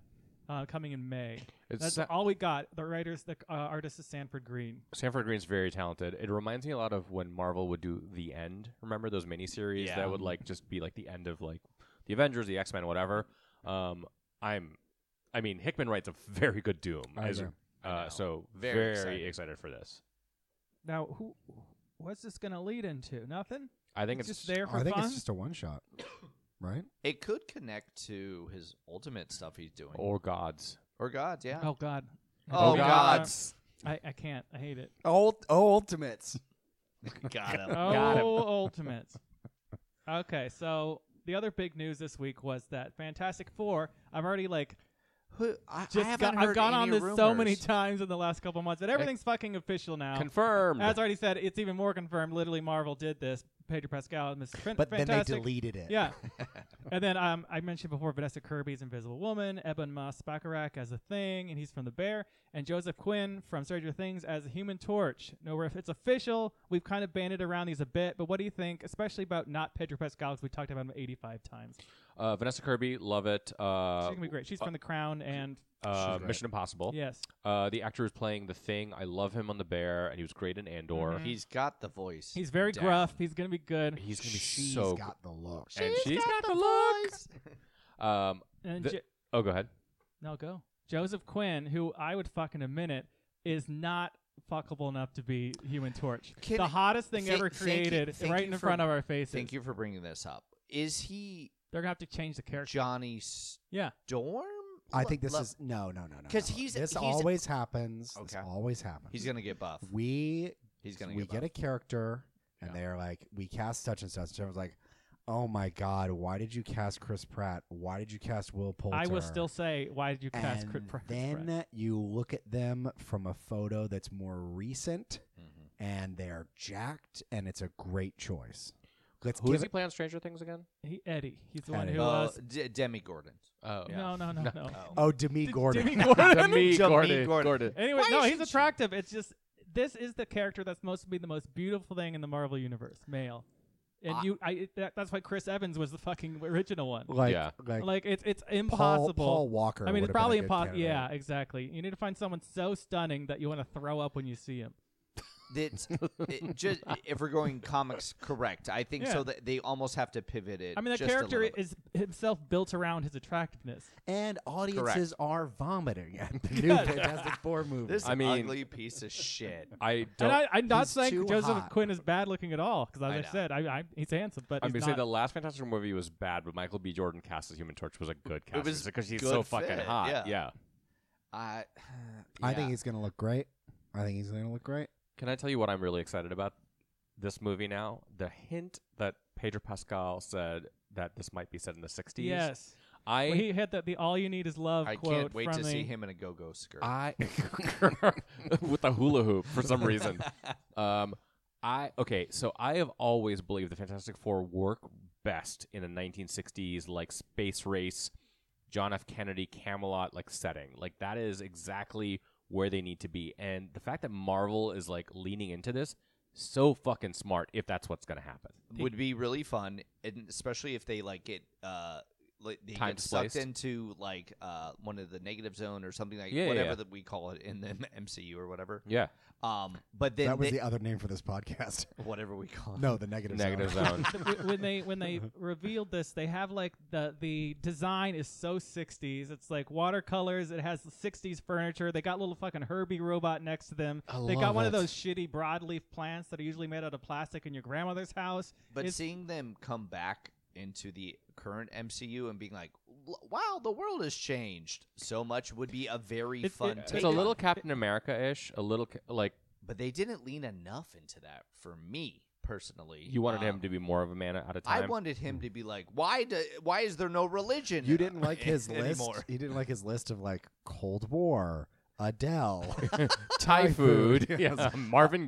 D: uh, coming in May.
B: It's
D: That's all we got. The writers, the uh, artist is Sanford Green.
B: Sanford Green's very talented. It reminds me a lot of when Marvel would do The End. Remember those miniseries
A: Yeah.
B: that would like just be like the end of like the Avengers, the X Men, whatever. Um, I'm, I mean, Hickman writes a very good Doom.
C: I
B: as-
C: agree.
A: I
B: uh,
A: know.
B: so
A: Very
B: very,
A: excited.
B: excited. for this.
D: Now, who, what's this going to lead into? Nothing.
B: I think it's,
D: just there for
C: I think
D: fun.
C: it's just a one shot, right?
A: It could connect to his ultimate stuff he's doing.
B: or gods.
A: Or gods, yeah.
D: oh God.
A: Oh,
B: Oh,
A: gods.
D: I, I can't. I hate it.
C: Old, oh, ultimates.
A: [LAUGHS] Got him.
B: Got him.
D: Oh, ultimates. Okay, so the other big news this week was that Fantastic Four. I'm already like
A: Who I, I
D: Just
A: haven't
D: got- I've
A: heard
D: gone
A: any
D: on this so
B: [LAUGHS]
D: many
A: rumors.
D: times in the last couple months that everything's fucking official now.
B: Confirmed.
D: As already said, it's even more confirmed. Literally, Marvel did this. Pedro Pascal, Mr. Fan-
C: But
D: Fantastic.
C: then they deleted it.
B: [LAUGHS]
D: Yeah. and then um, I mentioned before Vanessa Kirby's Invisible Woman, Eben Moss Bacharach as a thing, and he's from The Bear, and Joseph Quinn from Stranger Things as Human Torch. No, if it's official, we've kind of banded around these a bit, but what do you think, especially about not Pedro Pascal, 'cause we talked about him 85 times?
B: uh, Vanessa Kirby, love it.
D: She's
B: Uh,
D: going to be great. She's from The Crown, and
B: uh,
C: She's great.
B: Mission Impossible.
D: yes.
B: Uh, the actor who's playing the thing. I love him on The Bear, and he was great in Andor.
D: Mhm.
A: He's got the voice.
D: He's very
A: down.
D: gruff. He's going to be good.
B: He's gonna be
C: She's
B: so.
C: got the look.
B: good. and she's got, the look. [LAUGHS] um.
D: And
B: The-
D: Jo-
B: Oh, go ahead.
D: No, go. Joseph Quinn, who I would fuck in a minute, is not fuckable enough to be Human Torch.
A: Can-
D: the hottest thing
A: thank-
D: ever
A: thank you-
D: created,
A: thank
D: right
A: you
D: in
A: for-
D: front of our faces.
A: Thank you for bringing this up. Is he
D: They're gonna have to change the character.
A: Johnny
D: Yeah.
A: Storm? Lo-
C: I think this
A: lo-
C: is no, no, no, no.
A: 'Cause
C: no.
A: he's-
C: this
A: he's-
C: always happens. This
A: Okay.
C: always happens.
A: He's gonna get buff.
C: we
A: He's gonna
C: we
A: get, buff.
C: get a character, and
A: Yeah.
C: they're like, we cast such and such. And everyone's like, oh my god, why did you cast Chris Pratt? Why did you cast Will Poulter?
D: I will still say, why did you cast
C: And
D: Chris Pratt?
C: then you look at them from a photo that's more recent,
A: Mhm.
C: and they're jacked, and it's a great choice. Let's
B: Who
C: give
B: does he
C: it.
B: play on Stranger Things again?
D: He, Eddie. He's the one
C: Eddie.
D: who
C: Well,
A: Oh,
D: was.
A: D- Demi Gordon.
B: Oh,
D: No, no, no, no.
A: Oh.
C: Oh, Demi
D: D-
C: Gordon. [LAUGHS]
D: Demi Gordon.
B: Demi
A: [LAUGHS] Demi
B: Gordon.
A: Gordon.
B: Gordon.
D: Anyway,
A: Why
D: no, he's
A: isn't she?
D: attractive. It's just this is the character that's supposed to be the most beautiful thing in the Marvel universe, male. And
A: I-
D: you, I it- that, that's why Chris Evans was the fucking original one.
C: like,
B: Yeah.
C: like,
D: Like it's it's
C: Paul,
D: impossible.
C: Paul Walker.
D: I mean,
C: would
D: it's
C: have been a
D: probably
C: good
D: impossible.
C: candidate.
D: Yeah, exactly. You need to find someone so stunning that you want to throw up when you see him.
A: [LAUGHS] That's it, just if we're going comics correct. I think
D: Yeah.
A: so that they almost have to pivot it.
D: I mean, the
A: just a
D: character
A: little bit.
D: is himself built around his attractiveness.
C: And audiences are vomiting at
D: [LAUGHS]
C: the new
D: Good.
C: Fantastic Four movie.
A: This
B: I mean-
A: ugly piece of shit.
B: I
D: And
B: don't.
D: I, I'm not
C: he's
D: saying
C: too
D: Joseph
C: hot.
D: Quinn is bad looking at all, because as
A: I
D: I,
A: know.
D: said, I, I, he's handsome, but
B: I'm
D: he's
B: gonna
D: not.
B: say the last Fantastic Four movie was bad, but Michael B. Jordan cast as Human Torch was a good cast
A: was
B: because he's
A: good
B: so fucking
A: fit,
B: hot.
A: yeah.
B: yeah.
A: I, [SIGHS]
C: I
A: yeah.
C: think he's going to look great. I think he's going to look great.
B: Can I tell you what I'm really excited about this movie now? The hint that Pedro Pascal said that this might be set in the 60s.
D: yes,
B: I
D: Well, he had the, the "All you need is love"
A: I
D: quote
A: can't wait
D: from
A: to
D: the,
A: see him in a go-go skirt. [LAUGHS]
B: I [LAUGHS] with a hula hoop for some reason. Um, I okay, so I have always believed the Fantastic Four work best in a 1960s like space race, John F. Kennedy, Camelot like setting. Like that is exactly where they need to be, and the fact that Marvel is like leaning into this, so fucking smart. If that's what's gonna happen,
A: [LAUGHS] would be really fun, and especially if they like get uh like they
B: Time
A: get sucked
B: displaced.
A: into like uh one of the negative zone or something like
B: Yeah, yeah,
A: whatever
B: yeah.
A: that we call it in the MCU or whatever.
B: yeah,
A: Um, but then
C: that was
A: they- [LAUGHS]
C: the other name for this podcast.
A: whatever we call it.
C: No, the negative.
B: negative
C: zone.
B: zone.
D: Th- [LAUGHS] [LAUGHS] w- when they
A: [LAUGHS]
D: when they revealed this, they have like the the design is so 60s. It's like watercolors. It has 60s furniture. They got little fucking Herbie robot next to them.
C: [LAUGHS] I
D: they got
C: love
D: one of
C: it.
D: those shitty broadleaf plants that are usually made out of plastic in your grandmother's house.
A: But
D: It's-
A: seeing them come back into the current MCU and being like, "L- "Wow, the world has changed so much," would be a very
D: It-
A: fun.
D: it-
A: take
B: it's a
A: on
B: little
A: it.
B: Captain America ish, a little ca- like
A: but they didn't lean enough into that for me personally.
B: you wanted
A: Um,
B: him to be more of a man out of time.
A: I wanted him to be like, "Why do? Why is there no religion?"
C: You didn't
A: [LAUGHS]
C: like his list.
A: anymore.
C: You didn't like his list of like Cold War, Adele.
B: Thai food, [LAUGHS]
C: food,
B: yeah, Marvin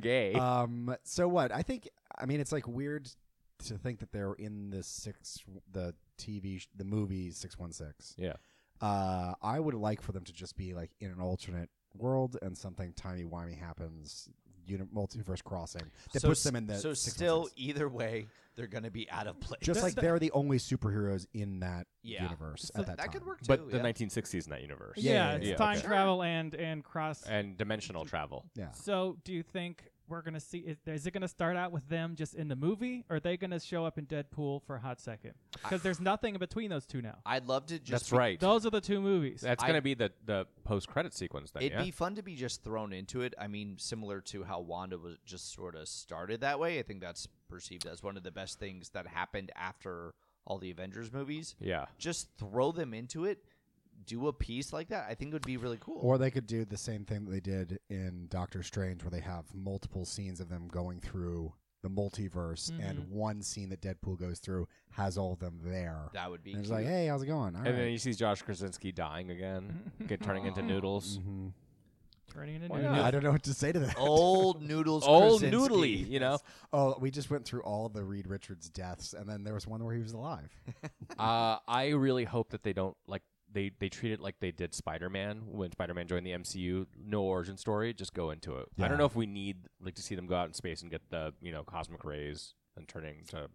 A: [LAUGHS]
B: Gaye.
A: Uh,
C: um. So what? I think. I mean, it's like weird to think that they're in the six, the TV, sh- the movie Six One Six.
B: Yeah.
C: Uh, I would like for them to just be like in an alternate world and something timey wimey happens, uni- multiverse crossing that puts
A: s-
C: them in the.
A: So
C: 616.
A: still, either way, they're going to be out of place.
C: just
D: Th-
C: like
D: th-
C: they're the only superheroes in that
A: Yeah.
C: universe
A: So
C: at that,
A: that
C: time.
A: could work too.
B: but the
A: yeah.
B: 1960s in that universe
C: Yeah, yeah, Eh,
D: it's
B: yeah,
D: time
B: okay.
D: travel and and cross.
B: and dimensional travel.
C: Yeah.
D: so, do you think we're gonna see? Is, is it gonna start out with them just in the movie, or are they gonna show up in Deadpool for a hot second? Because there's nothing in between those two now.
A: I'd love to just.
B: That's
A: be-
B: right.
D: Those are the two movies.
B: That's
A: I-
B: going to be the the post credit sequence then.
A: It'd
B: yeah?
A: be fun to be just thrown into it. I mean, similar to how Wanda was just sort of started that way. I think that's perceived as one of the best things that happened after all the Avengers movies.
B: yeah.
A: Just throw them into it, do a piece like that. I think would be really cool.
C: Or they could do the same thing that they did in Doctor Strange, where they have multiple scenes of them going through the multiverse,
D: Mhm.
C: and one scene that Deadpool goes through has all of them there.
A: That would be.
C: and it's
A: cute.
C: like, hey, how's it going? All
B: And then you see Josh Krasinski dying again, get turning [LAUGHS] into noodles.
C: Mhm.
D: turning into
B: Why
D: noodles.
B: not?
C: I don't know what to say to that.
A: Old [LAUGHS] noodles.
B: Old
A: Krasinski.
B: noodly, you know.
C: [LAUGHS] Oh, we just went through all the Reed Richards deaths, and then there was one where he was alive.
B: uh, I really hope that they don't like they they treat it like they did Spider Man when Spider Man joined the MCU. No origin story, just go into it. I
C: Yeah.
B: don't know if we need like to see them go out in space and get the you know cosmic rays and turning to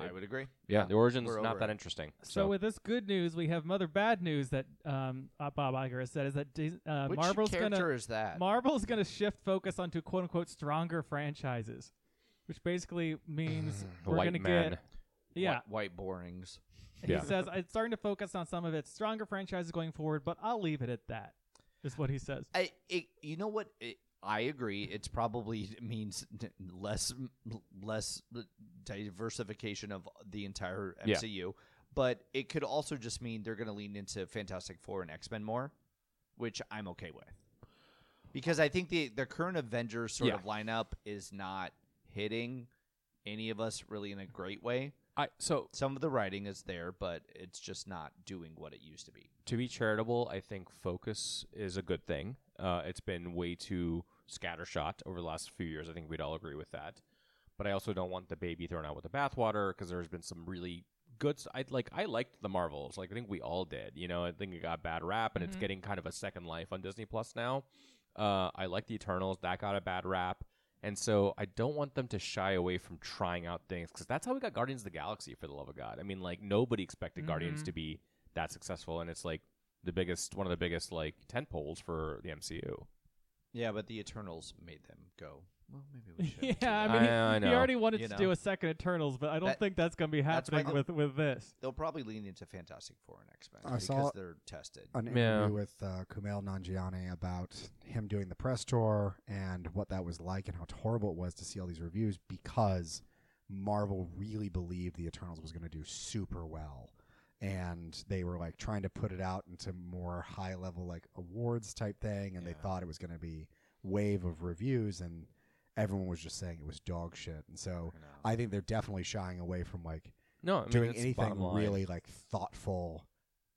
A: I would agree.
B: yeah. The origin's
A: We're
B: not
A: over
B: that
A: it.
B: interesting.
D: So,
B: So,
D: with this good news, we have mother bad news that um, uh, Bob Iger has said is that Dis- uh,
A: Which
D: Marvel's
A: character
D: gonna
A: is that?
D: Marvel's gonna shift focus onto quote unquote stronger franchises, which basically means
B: Mm, the
D: we're
B: white
D: gonna
B: man.
D: get yeah.
A: White, white borings.
B: Yeah.
D: He says it's starting to focus on some of its stronger franchises going forward, but I'll leave it at that. Is what he says.
A: I, it, you know what? It, I agree. It's probably [LAUGHS] means n- less less diversification of the entire
B: Yeah.
A: MCU, but it could also just mean they're going to lean into Fantastic Four and X Men more, which I'm okay with, because I think the the current Avengers sort
B: Yeah.
A: of lineup is not hitting any of us really in a great way.
B: I so
A: Some of the writing is there, but it's just not doing what it used to be.
B: to be charitable, I think focus is a good thing. Uh, it's been way too scattershot over the last few years. I think we'd all agree with that. But I also don't want the baby thrown out with the bathwater because there's been some really good. s- I like I liked the Marvels. Like I think we all did. You know, I think it got a bad rap, and it's
D: Mhm.
B: getting kind of a second life on Disney Plus now. Uh, I like the Eternals. That got a bad rap. And so I don't want them to shy away from trying out things because that's how we got Guardians of the Galaxy for the love of God. I mean, like nobody expected Guardians
D: Mhm.
B: to be that successful, and it's like the biggest, one of the biggest like tent poles for the MCU.
A: Yeah, but the Eternals made them go. Well, maybe
D: [LAUGHS]
A: we should.
D: yeah,
A: too."
D: I mean, he-
B: I- I
D: he,
B: know.
D: already wanted
A: You
D: to
A: know.
D: do a second Eternals, but I don't
A: That-
D: think that's gonna be
A: that's my
D: happening with with this.
A: They'll probably lean into Fantastic Four and X Men
C: I
A: because
C: saw-
A: they're tested.
C: An
B: Yeah.
C: interview with uh, Kumail Nanjiani about him doing the press tour and what that was like and how horrible it was to see all these reviews because Marvel really believed the Eternals was going to do super well. And they were like trying to put it out into more high level like awards type thing, and they
A: Yeah.
C: thought it was going to be wave of reviews, and everyone was just saying it was dog shit. And so
A: You know.
C: I think they're definitely shying away from like
B: No, I mean,
C: doing
B: it's
C: anything
B: bottom line.
C: really like thoughtful.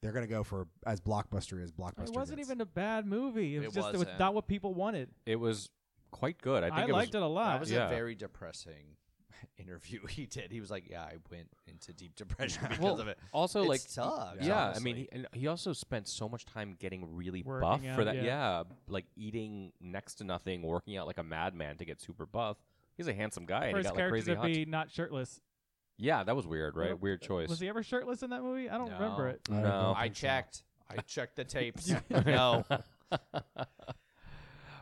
C: They're gonna go for as blockbuster as blockbuster.
D: It wasn't
C: gets.
D: even a bad movie. It was
A: It
D: just it was
A: wasn't.
D: not what people wanted.
B: It was quite good. I
D: I,
B: think it
D: liked
B: was,
D: it a lot.
A: that was
B: yeah.
A: a very depressing [LAUGHS] interview he did. He was like, "Yeah, I went into deep
C: [LAUGHS]
A: depression because
B: Well,
A: of it."
B: Also,
A: It
B: like
A: sucks,
B: Yeah, I
A: honestly.
B: mean, he, and he also spent so much time getting really
D: Working
B: buff for
D: out,
B: that.
D: yeah.
B: like eating next to nothing, working out like a madman to get super buff. He's a handsome guy, and
D: for
B: he
D: his
B: got like
D: character
B: crazy
D: to
B: hot.
D: be not shirtless.
B: Yeah, that was weird,
D: What
B: right?
D: a-
B: weird choice.
D: Was he ever shirtless in that movie? I don't remember
A: No.
D: it.
C: I
B: No. [LAUGHS]
C: don't
A: I
C: think so.
A: checked. I checked the tapes. [LAUGHS] no,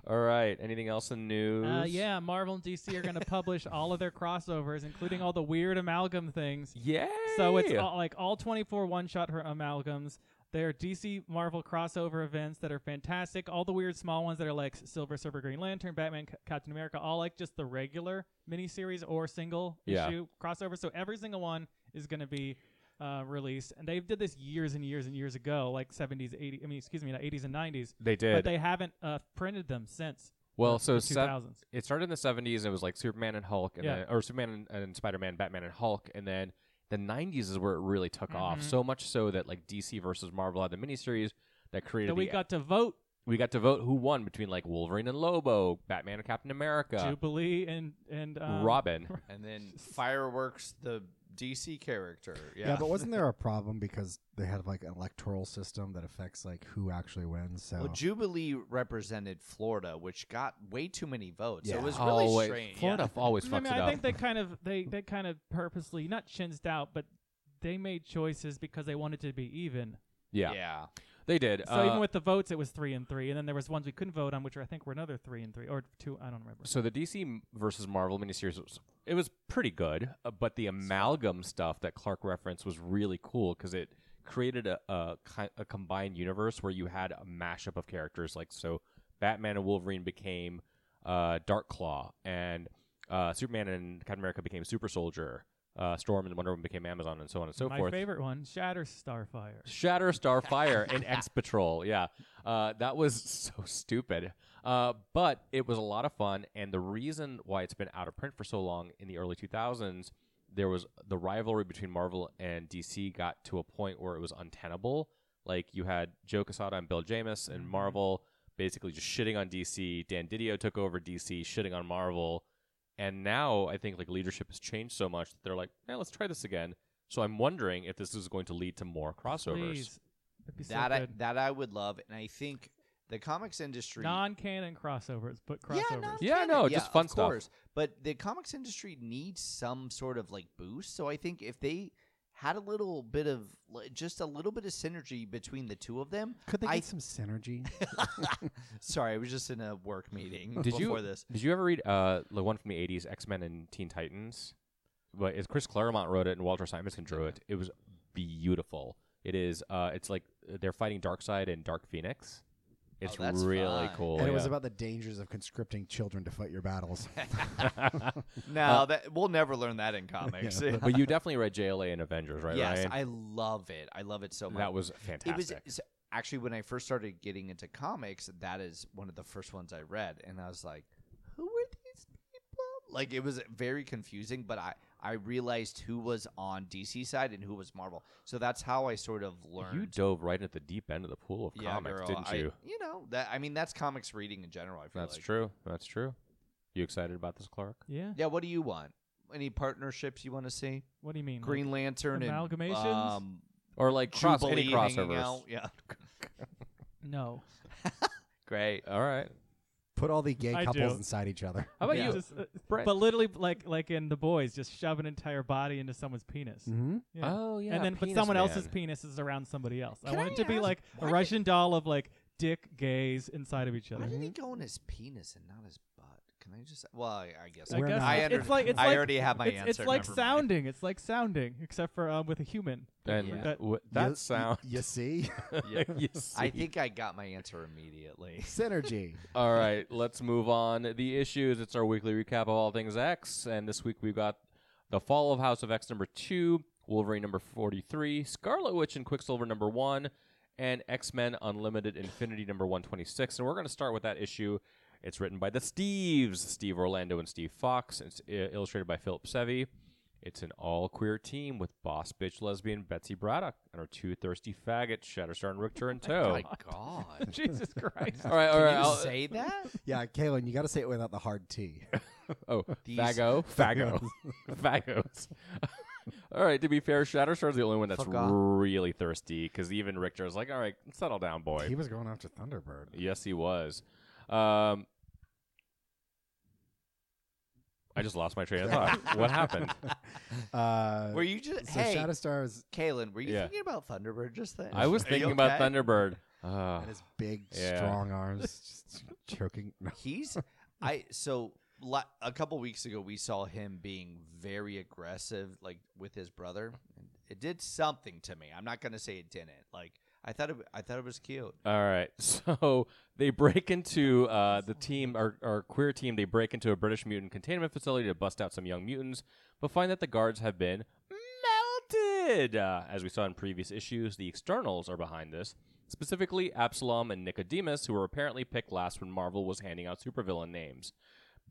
B: All right. Anything else in news?
D: Uh, yeah, Marvel and DC are going
B: [LAUGHS]
D: to publish all of their crossovers, including all the weird amalgam things.
B: Yeah.
D: So it's all, like all 24 one-shot her- amalgams. They're DC Marvel crossover events that are fantastic. All the weird small ones that are like Silver Surfer, Green Lantern, Batman, C- Captain America, all like just the regular miniseries or single
B: Yeah.
D: issue crossover. So every single one is going to be uh, released, and they did this years and years and years ago, like 70s, 80s. I mean, excuse me, not 80s and 90s.
B: they
D: But
B: did.
D: they haven't uh, printed them since.
B: well,
D: the-
B: so
D: the
B: sev-
D: 2000s.
B: it started in the 70s and it was like superman and hulk and
D: Yeah.
B: then, or superman and, and spider-man batman and hulk and then the 90s is where it really took off
D: Mhm.
B: so much so that like dc versus marvel had the miniseries that created
D: That we
B: the-
D: got to vote
B: we got to vote who won between like wolverine and lobo batman and captain america
D: Jubilee and and um,
B: robin
A: and then fireworks the DC character. Yeah,
C: Yeah. but wasn't there a problem because they had like an electoral system that affects like who actually wins? So
A: well, Jubilee represented Florida, which got way too many votes. So
C: Yeah.
A: it was really
B: Oh, wait.
A: strange.
B: florida always fucks
D: I mean,
B: it
D: I
B: up
D: think they kind of they they kind of purposely not chinsed out, but they made choices because they wanted to be even.
B: yeah,
A: Yeah. yeah.
B: they did
D: So
B: Uh,
D: even with the votes, it was three and three, and then there was ones we couldn't vote on, which I think were another three and three or two. I don't remember.
B: So the DC m- versus Marvel miniseries was it was pretty good, uh, but the amalgam stuff that Clark referenced was really cool because it created a, a ki- a combined universe where you had a mashup of characters. Like so, Batman and Wolverine became uh, Dark Claw, and uh, Superman and Captain America became Super Soldier. uh, Storm and Wonder Woman became Amazon, and so on and so
D: My
B: forth.
D: favorite one, Shatter Starfire.
B: Shatter Starfire in X Patrol. Yeah, uh, that was [LAUGHS] so stupid. Uh, but it was a lot of fun, and the reason why it's been out of print for so long in the early 2000s, there was the rivalry between Marvel and DC got to a point where it was untenable. Like you had Joe Quesada and Bill Jamis, and
D: Mhm.
B: Marvel basically just shitting on DC. Dan Didio took over DC, shitting on Marvel, and now I think like leadership has changed so much that they're like, hey, let's try this again. So I'm wondering if this is going to lead to more crossovers.
D: Please. That'd be so
A: that I,
D: good.
A: that I would love, and I think the comics industry
D: Non-canon crossovers, but crossovers.
A: Yeah, no,
B: Yeah,
A: canon.
B: no, just fun
A: of
B: stuff.
A: course. But the comics industry needs some sort of like boost. So I think if they had a little bit of like, just a little bit of synergy between the two of them. [LAUGHS]
C: Could they get
A: I-
B: [LAUGHS]
C: some synergy?
A: Sorry, I was just in a work meeting
B: Did you
A: before this.
B: did you ever read uh, the one from the '80s, X Men and Teen Titans? But it's Chris Claremont wrote it and Walter Simonson drew it. It was beautiful. It is. Uh, it's like they're fighting Darkseid and Dark Phoenix. It's
A: Oh, that's
B: really
A: fun.
B: cool.
C: and it
B: Oh,
C: was
B: yeah.
C: about the dangers of conscripting children to fight your [LAUGHS] battles.
B: Uh,
A: No, that we'll never learn that in comics.
B: [LAUGHS]
A: [LAUGHS]
B: but you definitely read JLA and Avengers, right?
A: yes,
B: Ryan?
A: I love it. I love it so much.
B: that was
A: it was
B: fantastic.
A: s- actually when I first started getting into comics, that is one of the first ones I read, and I was like, "Who are these people?" Like it was very confusing, but I I realized who was on DC side and who was Marvel, so that's how I sort of learned.
B: you dove right at the deep end of the pool of
A: Yeah,
B: comics,
A: girl,
B: didn't
A: I-
B: you?
A: You know that I mean that's comics reading in general. I feel
B: That's
A: like.
B: true. That's true. You excited about this, Clark?
D: Yeah.
A: Yeah, what do you want? Any partnerships you want to see?
D: What do you mean?
A: Green Lantern and
D: amalgamations?
A: um,
B: Or like cross any
A: Jubilee hanging
B: crossovers?
A: out. Yeah, [LAUGHS]
D: No.
A: great.
B: All right.
C: Put all the gay
D: I
C: couples
D: do.
C: inside
B: [LAUGHS]
C: each other.
B: How about
A: Yeah.
B: you,
D: Just, uh,
B: Brent?
D: but literally, like like in the boys, just shove an entire body into someone's penis.
C: Mm-hmm.
D: Yeah.
B: Oh yeah.
D: and then but
B: Penis
D: someone
B: man.
D: else's penis is around somebody else. I
A: Can
D: want
A: I
D: it to be
A: ask-
D: like
A: why
D: a
A: did-
D: Russian doll of like dick gays inside of each
A: Why
D: other.
A: did he go in his penis and not his butt? Can I just? Well, I, I guess
D: I
C: We're
D: guess
C: not-
A: I,
D: it's-
A: under-
D: it's like it's
A: I
D: like
A: already have my
D: it's,
A: answer.
D: it's like
A: never mind.
D: sounding. It's like sounding, except for um, with a human.
B: And
A: Yeah.
B: that,
D: That-
B: w- that
C: you,
B: sound. [LAUGHS]
C: You see?
A: Yeah.
B: You
A: I
B: see.
A: think I got my answer immediately. [LAUGHS]
C: synergy.
B: All right, let's move on. The issues. It's our weekly recap of all things X, and this week we've got the Fall of House of X number two, Wolverine number forty-three, Scarlet Witch and Quicksilver number one, and X Men Unlimited Infinity number one twenty-six. And we're going to start with that issue. It's written by the Steves, Steve Orlando and Steve Fox. It's i- illustrated by Philip Sevi. It's an all queer team with boss bitch lesbian Betsy Braddock and her two thirsty faggots, Shatterstar and Richter and Toe.
A: Oh My
B: [LAUGHS]
A: God.
D: Jesus Christ!
B: All right, all
A: Can
B: right.
A: you
B: Oh. I'll- Uh,
D: [LAUGHS]
A: say that?
C: yeah, Kaylin, you got to say it without the hard T.
B: Oh,
A: These-
B: Fago,
A: [LAUGHS]
B: Fago, [LAUGHS] Fagos. all right. To be fair, Shatterstar's the only one that's
A: Fuck off.
B: really thirsty because even Richter's like, "All right, settle down, boy."
C: He was going after Thunderbird.
B: yes, he was. Um, I just lost my train of
A: [LAUGHS]
B: thought. what happened?
C: [LAUGHS] Uh,
A: Were you just
C: so
A: hey,
C: Shadowstar is
A: Kalen? Were you
B: Yeah.
A: thinking about Thunderbird just then?
B: I was
A: Are you
B: thinking about
A: okay?
B: [LAUGHS] Thunderbird. Uh,
C: and his big,
B: Yeah.
C: strong
D: [LAUGHS]
C: arms just choking. No.
A: He's I so la- a couple weeks ago we saw him being very aggressive, like with his brother. It did something to me. I'm not gonna say it didn't. Like I thought it. I thought it was cute.
B: All right. [LAUGHS] So they break into uh, the team, our, our queer team, they break into a British mutant containment facility to bust out some young mutants, but find that the guards have been melted. Uh, as we saw in previous issues, the externals are behind this, specifically Absalom and Nicodemus, who were apparently picked last when Marvel was handing out supervillain names.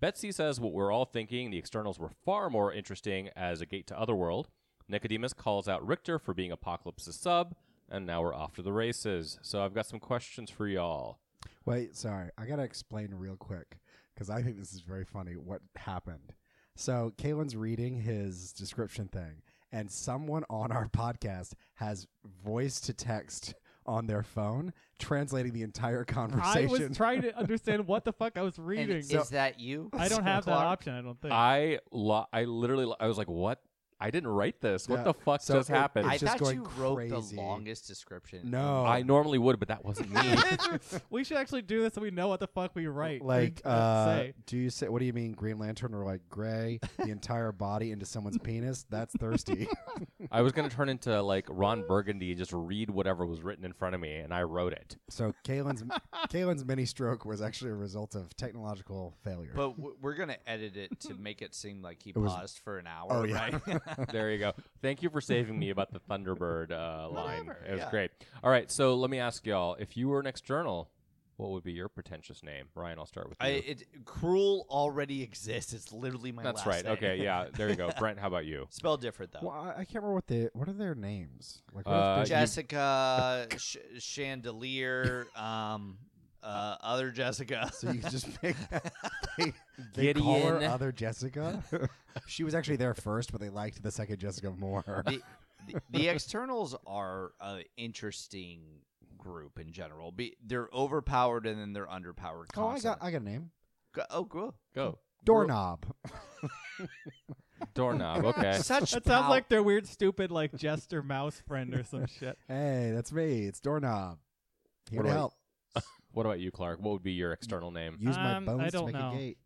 B: Betsy says what we're all thinking the externals were far more interesting as a gate to Otherworld. Nicodemus calls out Richter for being Apocalypse's sub, and now we're off to the races. So I've got some questions for y'all.
C: Wait, sorry. I got to explain real quick because I think this is very funny what happened. So, Kalen's reading his description thing, and someone on our podcast has voice to text on their phone translating the entire
D: I
C: conversation.
D: was trying to understand what the fuck I was
A: And
D: reading.
A: is that you?
D: I don't have that
A: Clark?
D: option. I don't think.
B: I lo- I literally lo- I was like, what? I didn't write this. What
C: Yeah.
B: the fuck
C: So
B: just
C: it-
B: happened?
A: I
C: It's just
A: thought
C: going
A: you wrote
C: crazy.
A: the longest description.
C: no.
B: I normally would, but that wasn't
A: [LAUGHS]
B: me.
D: [LAUGHS] we should actually do this so we know what the fuck we write. We
C: Like,
D: don't
C: uh,
D: say.
C: do you say, what do you mean, Green Lantern or like
D: [LAUGHS]
C: gray, the entire body into someone's penis? That's thirsty.
B: I was gonna turn into like Ron Burgundy and just read whatever was written in front of me, and I wrote it.
C: so, Kalen's, Kalen's mini stroke was actually a result of technological failure.
A: But w- we're gonna edit it to make it seem like he
C: was-
A: paused for an hour,
C: Oh, yeah. [LAUGHS]
A: right? [LAUGHS]
B: there you go. Thank you for saving me about the Thunderbird uh, line.
A: Whatever,
B: It was
A: yeah.
B: great. All right, so let me ask y'all: if you were an external, what would be your pretentious name? Ryan, I'll start with you.
A: I, it, cruel already exists. It's literally my last
B: That's right.
A: name.
B: Okay, yeah, there you go. Brent, how about you?
A: [LAUGHS] Spelled different though.
C: Well, I, I can't remember what they what are their names. Like what
B: Uh, [LAUGHS]
C: is their-
A: Jessica Sh- Chandelier, um, uh, other Jessica.
C: [LAUGHS] so you can just pick. [LAUGHS] they, they call her
B: Gideon.
C: other
B: [LAUGHS]
C: Jessica. she was actually there first, but they liked the second Jessica more.
A: [LAUGHS] the, the, the externals are an interesting group in general. Be, they're overpowered and then they're underpowered.
C: oh, I got
A: Constantly.
C: I got a name.
A: Go- oh, cool.
B: Go
C: Doorknob.
B: doorknob. Okay.
A: Such
D: That sounds
A: pow-
D: like their weird, stupid, like jester mouse friend or some shit.
C: hey, that's me. It's Doorknob. Here
B: What
C: to
B: do I-
C: help.
B: What about you, Clark? What would be your external name?
C: Use my
D: Um, I
C: bones
D: don't
C: to make
D: know.
C: a gate.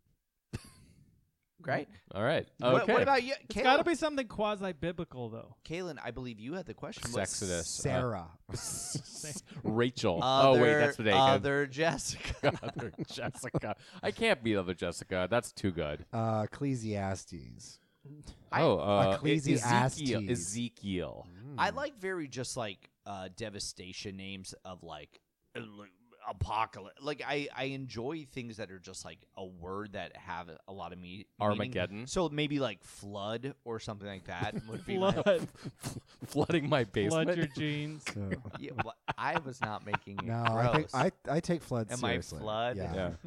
A: great.
B: All right. Okay.
A: What, what about you,
D: It's got to
A: Kaylin?
D: be something quasi biblical, though.
A: Kaylin, I believe you had the question. What's-
B: Sexodus? uh,
C: Sarah.
B: [LAUGHS] Rachel.
A: Other,
B: oh wait, that's the day.
A: Other Jessica.
B: [LAUGHS] other Jessica. I can't be the other Jessica. That's too good.
C: Uh, Ecclesiastes.
B: oh, uh, E- Ezekiel.
C: Ecclesiastes.
B: Ezekiel.
C: Hmm.
A: I like very just like uh, devastation names of like uh, like, apocalypse. Like I, I enjoy things that are just like a word that have a lot of me meaning. [LAUGHS]
B: Armageddon.
A: So maybe like flood or something like
B: [LAUGHS]
A: that would be. my-
D: Flood,
B: Flooding my
D: flood your
B: basement.
D: jeans.
C: So,
A: yeah, well, I was not making it.
C: [LAUGHS] no,
A: Mm, gross.
C: I think I, I take flood
A: Am
C: seriously.
A: I flood?
C: Yeah.
B: Yeah.
A: [LAUGHS]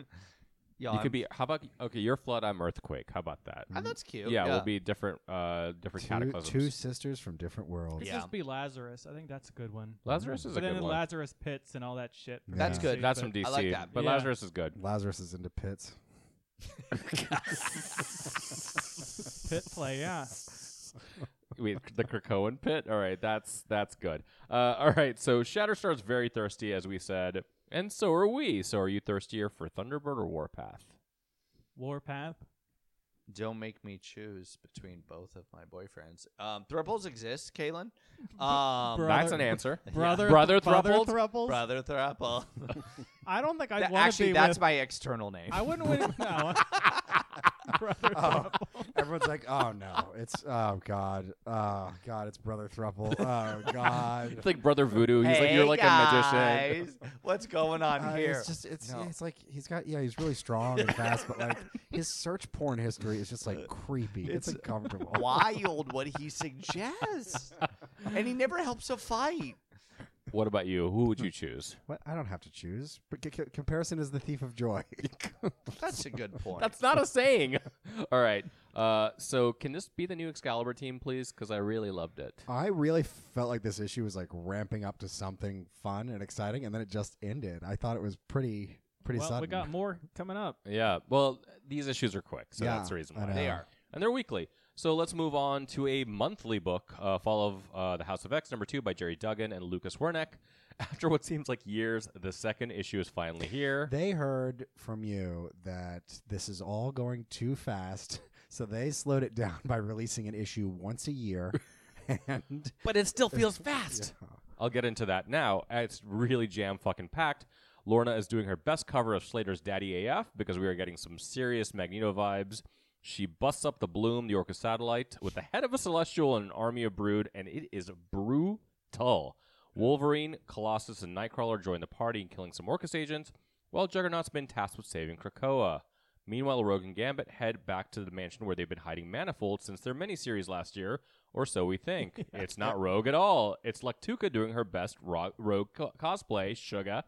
A: Y'all,
B: You
A: I'm-
B: could be. How about okay? You're flood. I'm earthquake. How about that?
A: Oh, that's cute.
B: Yeah, we'll be different. Uh, different
C: Two,
B: cataclysms.
C: two sisters from different
D: Could
C: worlds.
A: Yeah.
D: just be Lazarus. I think that's a good one.
B: Lazarus is
D: but
B: a
D: then
B: good
D: the
B: one.
D: Lazarus pits and all that shit.
A: That's
C: Yeah.
A: good.
B: That's from
D: But-
B: DC.
A: like that.
B: But
D: Yeah.
B: Lazarus is good.
C: Lazarus is
A: [LAUGHS]
C: into pits.
B: [LAUGHS]
D: Pit play, yeah.
B: Wait, the Krakoan pit. All right, that's that's good. Uh, all right, so Shatterstar's very thirsty, as we said, and so are we. So, are you thirstier for Thunderbird or Warpath?
D: Warpath.
A: Don't make me choose between both of my boyfriends. Um, thruples exist,
B: [LAUGHS]
A: Kaylin. Um,
D: Brother-
B: That's an answer.
D: Brother,
B: Brother
D: brother
B: thruples?
D: thruples?
A: brother thruple.
D: I don't think I'd
A: That-
D: want to
A: actually,
D: be
A: that's
D: with.
A: my external name.
D: [LAUGHS]
A: [LAUGHS]
D: I wouldn't win it. No. brother
C: [LAUGHS] Oh,
D: thruple.
C: everyone's like, oh no, it's oh god, oh god, it's brother thruple. Oh
A: [LAUGHS]
C: god,
B: It's like Brother Voodoo. He's like you're like a magician.
A: magician. What's going on
C: [LAUGHS] Uh,
A: here?
C: it's just it's
A: No.
C: it's like he's got yeah, he's really strong and fast, but like his search porn history is
A: [LAUGHS]
C: just like creepy. It's,
A: It's- [LAUGHS]
C: uncomfortable.
A: [LAUGHS] Wild what he suggests, and he never helps a fight.
B: What about you? Who would you choose?
C: What? I don't have to choose. But c- c- comparison is the thief
A: [LAUGHS]
C: of joy.
A: That's a good point.
B: That's not a saying. [LAUGHS] All right. Uh, so can this be the new Excalibur team, please? Because I really loved it.
C: I really felt like this issue was like ramping up to something fun and exciting, and then it just ended. I thought it was pretty pretty
D: well,
C: sudden.
D: we got more coming up.
B: Yeah. Well, these issues are quick, so
C: Yeah,
B: that's the reason
C: I
B: why
C: know.
A: they are.
B: and they're weekly. So let's move on to a monthly book, uh, Fall of uh, the House of X, number two by Jerry Duggan and Lucas Wernick. [LAUGHS] After what seems like years, the second issue is finally here.
C: They heard from you that this is all going too fast, [LAUGHS] so they slowed it down by releasing an issue once a year. And
B: but it still feels fast. I'll get into that now. It's really jam fucking packed. Lorna is doing her best cover of Slater's Daddy AF because we are getting some serious Magneto vibes. She busts up the Bloom, the Orca satellite, with the head of a Celestial and an army of Brood, and it is brutal. Wolverine, Colossus, and Nightcrawler join the party in killing some Orcus agents, while Juggernaut's been tasked with saving Krakoa. Meanwhile, Rogue and Gambit head back to the mansion where they've been hiding Manifold since their miniseries last year, or so we [LAUGHS] think. It's not Rogue at all. It's Lectuca doing her best ro- Rogue co- cosplay, Suga.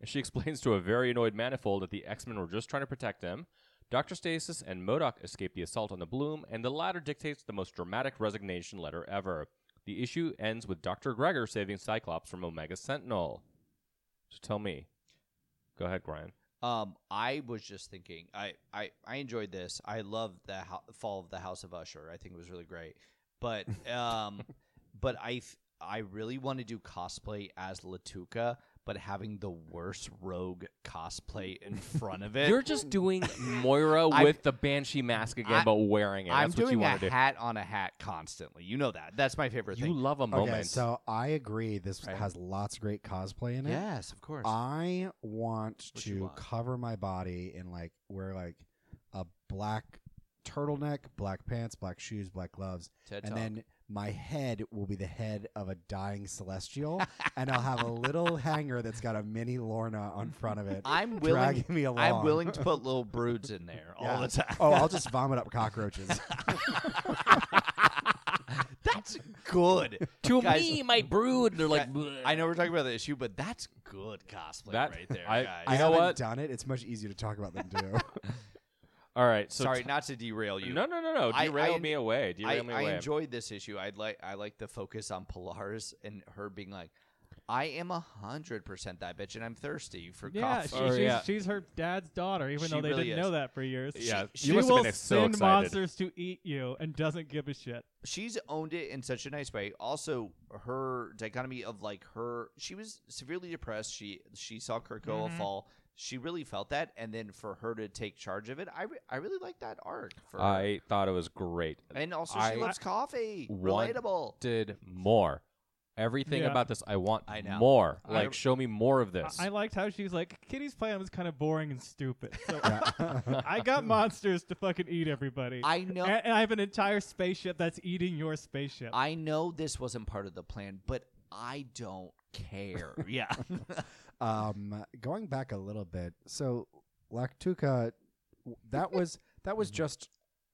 B: And she [LAUGHS] explains to a very annoyed Manifold that the X Men were just trying to protect him. Dr. Stasis and Modoc escape the assault on the Bloom, and the latter dictates the most dramatic resignation letter ever. The issue ends with Dr. Gregor saving Cyclops from Omega Sentinel. So tell me. Go ahead, Brian.
A: Um, I was just thinking, I, I, I enjoyed this. I love the ho- fall of the House of Usher. I think it was really great. But um, but I f- I really want to do cosplay as Latuka, but having the worst rogue cosplay in front of it.
B: You're just doing
A: [LAUGHS]
B: Moira
A: I'm-
B: with the Banshee mask again,
A: I-
B: but wearing it.
A: I'm
B: That's what you
A: doing a
B: want to do.
A: hat on a hat constantly. You know that. That's my favorite
B: You
A: thing.
B: love a moment.
C: Okay, so I agree. This
B: Right.
C: has lots of great cosplay in it.
A: yes, of course.
C: I want
A: What you
C: to
A: want?
C: cover my body in like wear like a black turtleneck, black pants, black shoes, black gloves,
A: TED
C: and
A: Talk.
C: then my head will be the head of a dying
A: [LAUGHS]
C: celestial, and I'll have a little hanger that's got a mini Lorna on front of it,
A: I'm
C: dragging
A: willing.
C: me along.
A: I'm willing to put little broods in there all
C: Yeah.
A: the time.
C: Oh, I'll just vomit
A: [LAUGHS]
C: up cockroaches.
A: That's good.
B: To
A: Guys-
B: me, my brood. They're like,
A: I know we're talking about the issue, but that's good cosplay
B: That-
A: right there,
B: [LAUGHS] I-
A: guys.
C: I
B: You know
C: haven't
B: what?
C: done it. It's much easier to talk about
A: [LAUGHS]
C: than do.
B: All right. So
A: Sorry,
B: t-
A: not to derail you.
B: no, no, no, no.
A: I-
B: Derail
A: I-
B: me away. Derail
A: I,
B: me
A: I
B: away.
A: enjoyed this issue. I'd like I like the focus on Polaris and her being like, I am a hundred percent that bitch, and I'm thirsty for
D: Oh, Yeah, she,
A: coffee.
B: Or,
D: she's,
B: yeah.
D: she's her dad's daughter, even
A: She
D: though they
A: really
D: didn't
A: is.
D: know that for years.
B: Yeah,
D: she,
B: you must have
D: will
B: been so
D: send
B: excited.
D: monsters to eat you and doesn't give a shit.
A: she's owned it in such a nice way. Also, her dichotomy of like her, she was severely depressed. She she saw Kurt Cobain
B: Mm-hmm.
D: Mhm.
A: fall. She really felt that, and then for her to take charge of it, I, re- I really like that arc. For her.
B: I thought it was great.
A: and also
B: I-
A: she loves coffee.
B: want-
A: Relatable.
B: Did more. Everything
D: Yeah.
B: about this, I want
A: I know.
B: more.
A: I-
B: Like, show me more of this.
D: I, I liked how she's like, Kitty's plan was kind of boring and stupid. So [LAUGHS]
C: Yeah. [LAUGHS]
B: [LAUGHS]
D: I got monsters to fucking eat everybody.
A: I know.
D: and, and I have an entire spaceship that's eating your spaceship.
A: I know this wasn't part of the plan, but I don't care. yeah.
C: um, going back a little bit, so Lactuca, w- that was that
A: Mm-hmm.
C: was just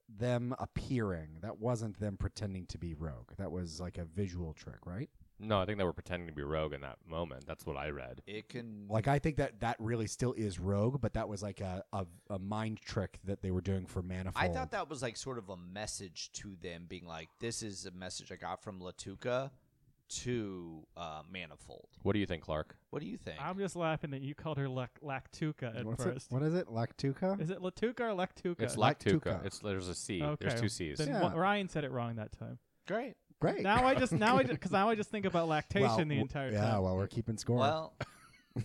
C: them appearing. That wasn't them pretending to be rogue. That was like a visual trick, right?
B: no, I think they were pretending to be rogue in that moment. That's what I read.
A: It can
C: Like I think that that really still is rogue, but that was like a a, a mind trick that they were doing for manifold.
A: I thought that was like sort of a message to them being like, this is a message I got from Latuca to uh, Manifold.
B: What do you think, Clark?
A: What do you think?
D: I'm just laughing that you called her Lac- Lactuca at
C: What's it-
D: first.
C: what is it? Lactuca.
D: Is it Latuca or Lactuca?
B: It's
C: Lactuca.
B: Lactuca. It's there's a C.
D: Okay.
B: There's two C's.
D: Then
C: Yeah.
D: what- Ryan said it wrong that time.
A: Great.
C: Great.
D: Now I just now I
C: [LAUGHS]
D: because now I just think about lactation
C: Well,
D: the
C: w-
D: entire
C: yeah,
D: time.
C: well, we're keeping score.
A: Well,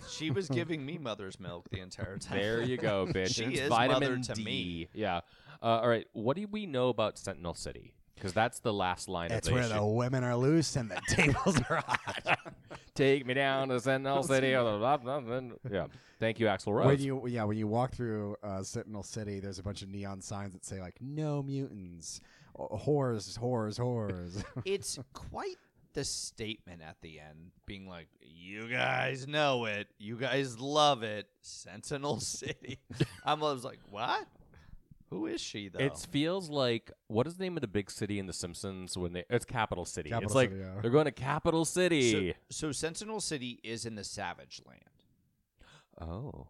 A: she was giving me mother's milk the entire time.
B: There you
A: [LAUGHS]
B: go, bitch.
A: She
B: it's
A: is
B: vitamin
A: mother to
B: D.
A: me.
B: Yeah. Uh, all right. What do we know about Sentinel City? Because that's the last line
C: It's
B: of the
C: where
B: issue.
C: the women are loose
A: [LAUGHS]
C: and the tables are hot.
B: Take me down to
A: [LAUGHS]
B: Sentinel City. blah, blah, blah, blah. [LAUGHS] yeah. Thank you, Axel Rose.
C: When you yeah, when you walk through uh, Sentinel City, there's a bunch of neon signs that say like "No mutants," or, "Whores, whores, [LAUGHS] whores."
A: It's quite the statement at the end being like, you guys know it. You guys love it. Sentinel [LAUGHS] City. I'm I was like, what? Who is she, though?
B: It feels like what is the name of the big city in The Simpsons when they? It's Capital City.
C: Capital
B: it's like
C: City, yeah.
B: they're going to Capital City.
A: So, so Sentinel City is in the Savage Land.
B: oh,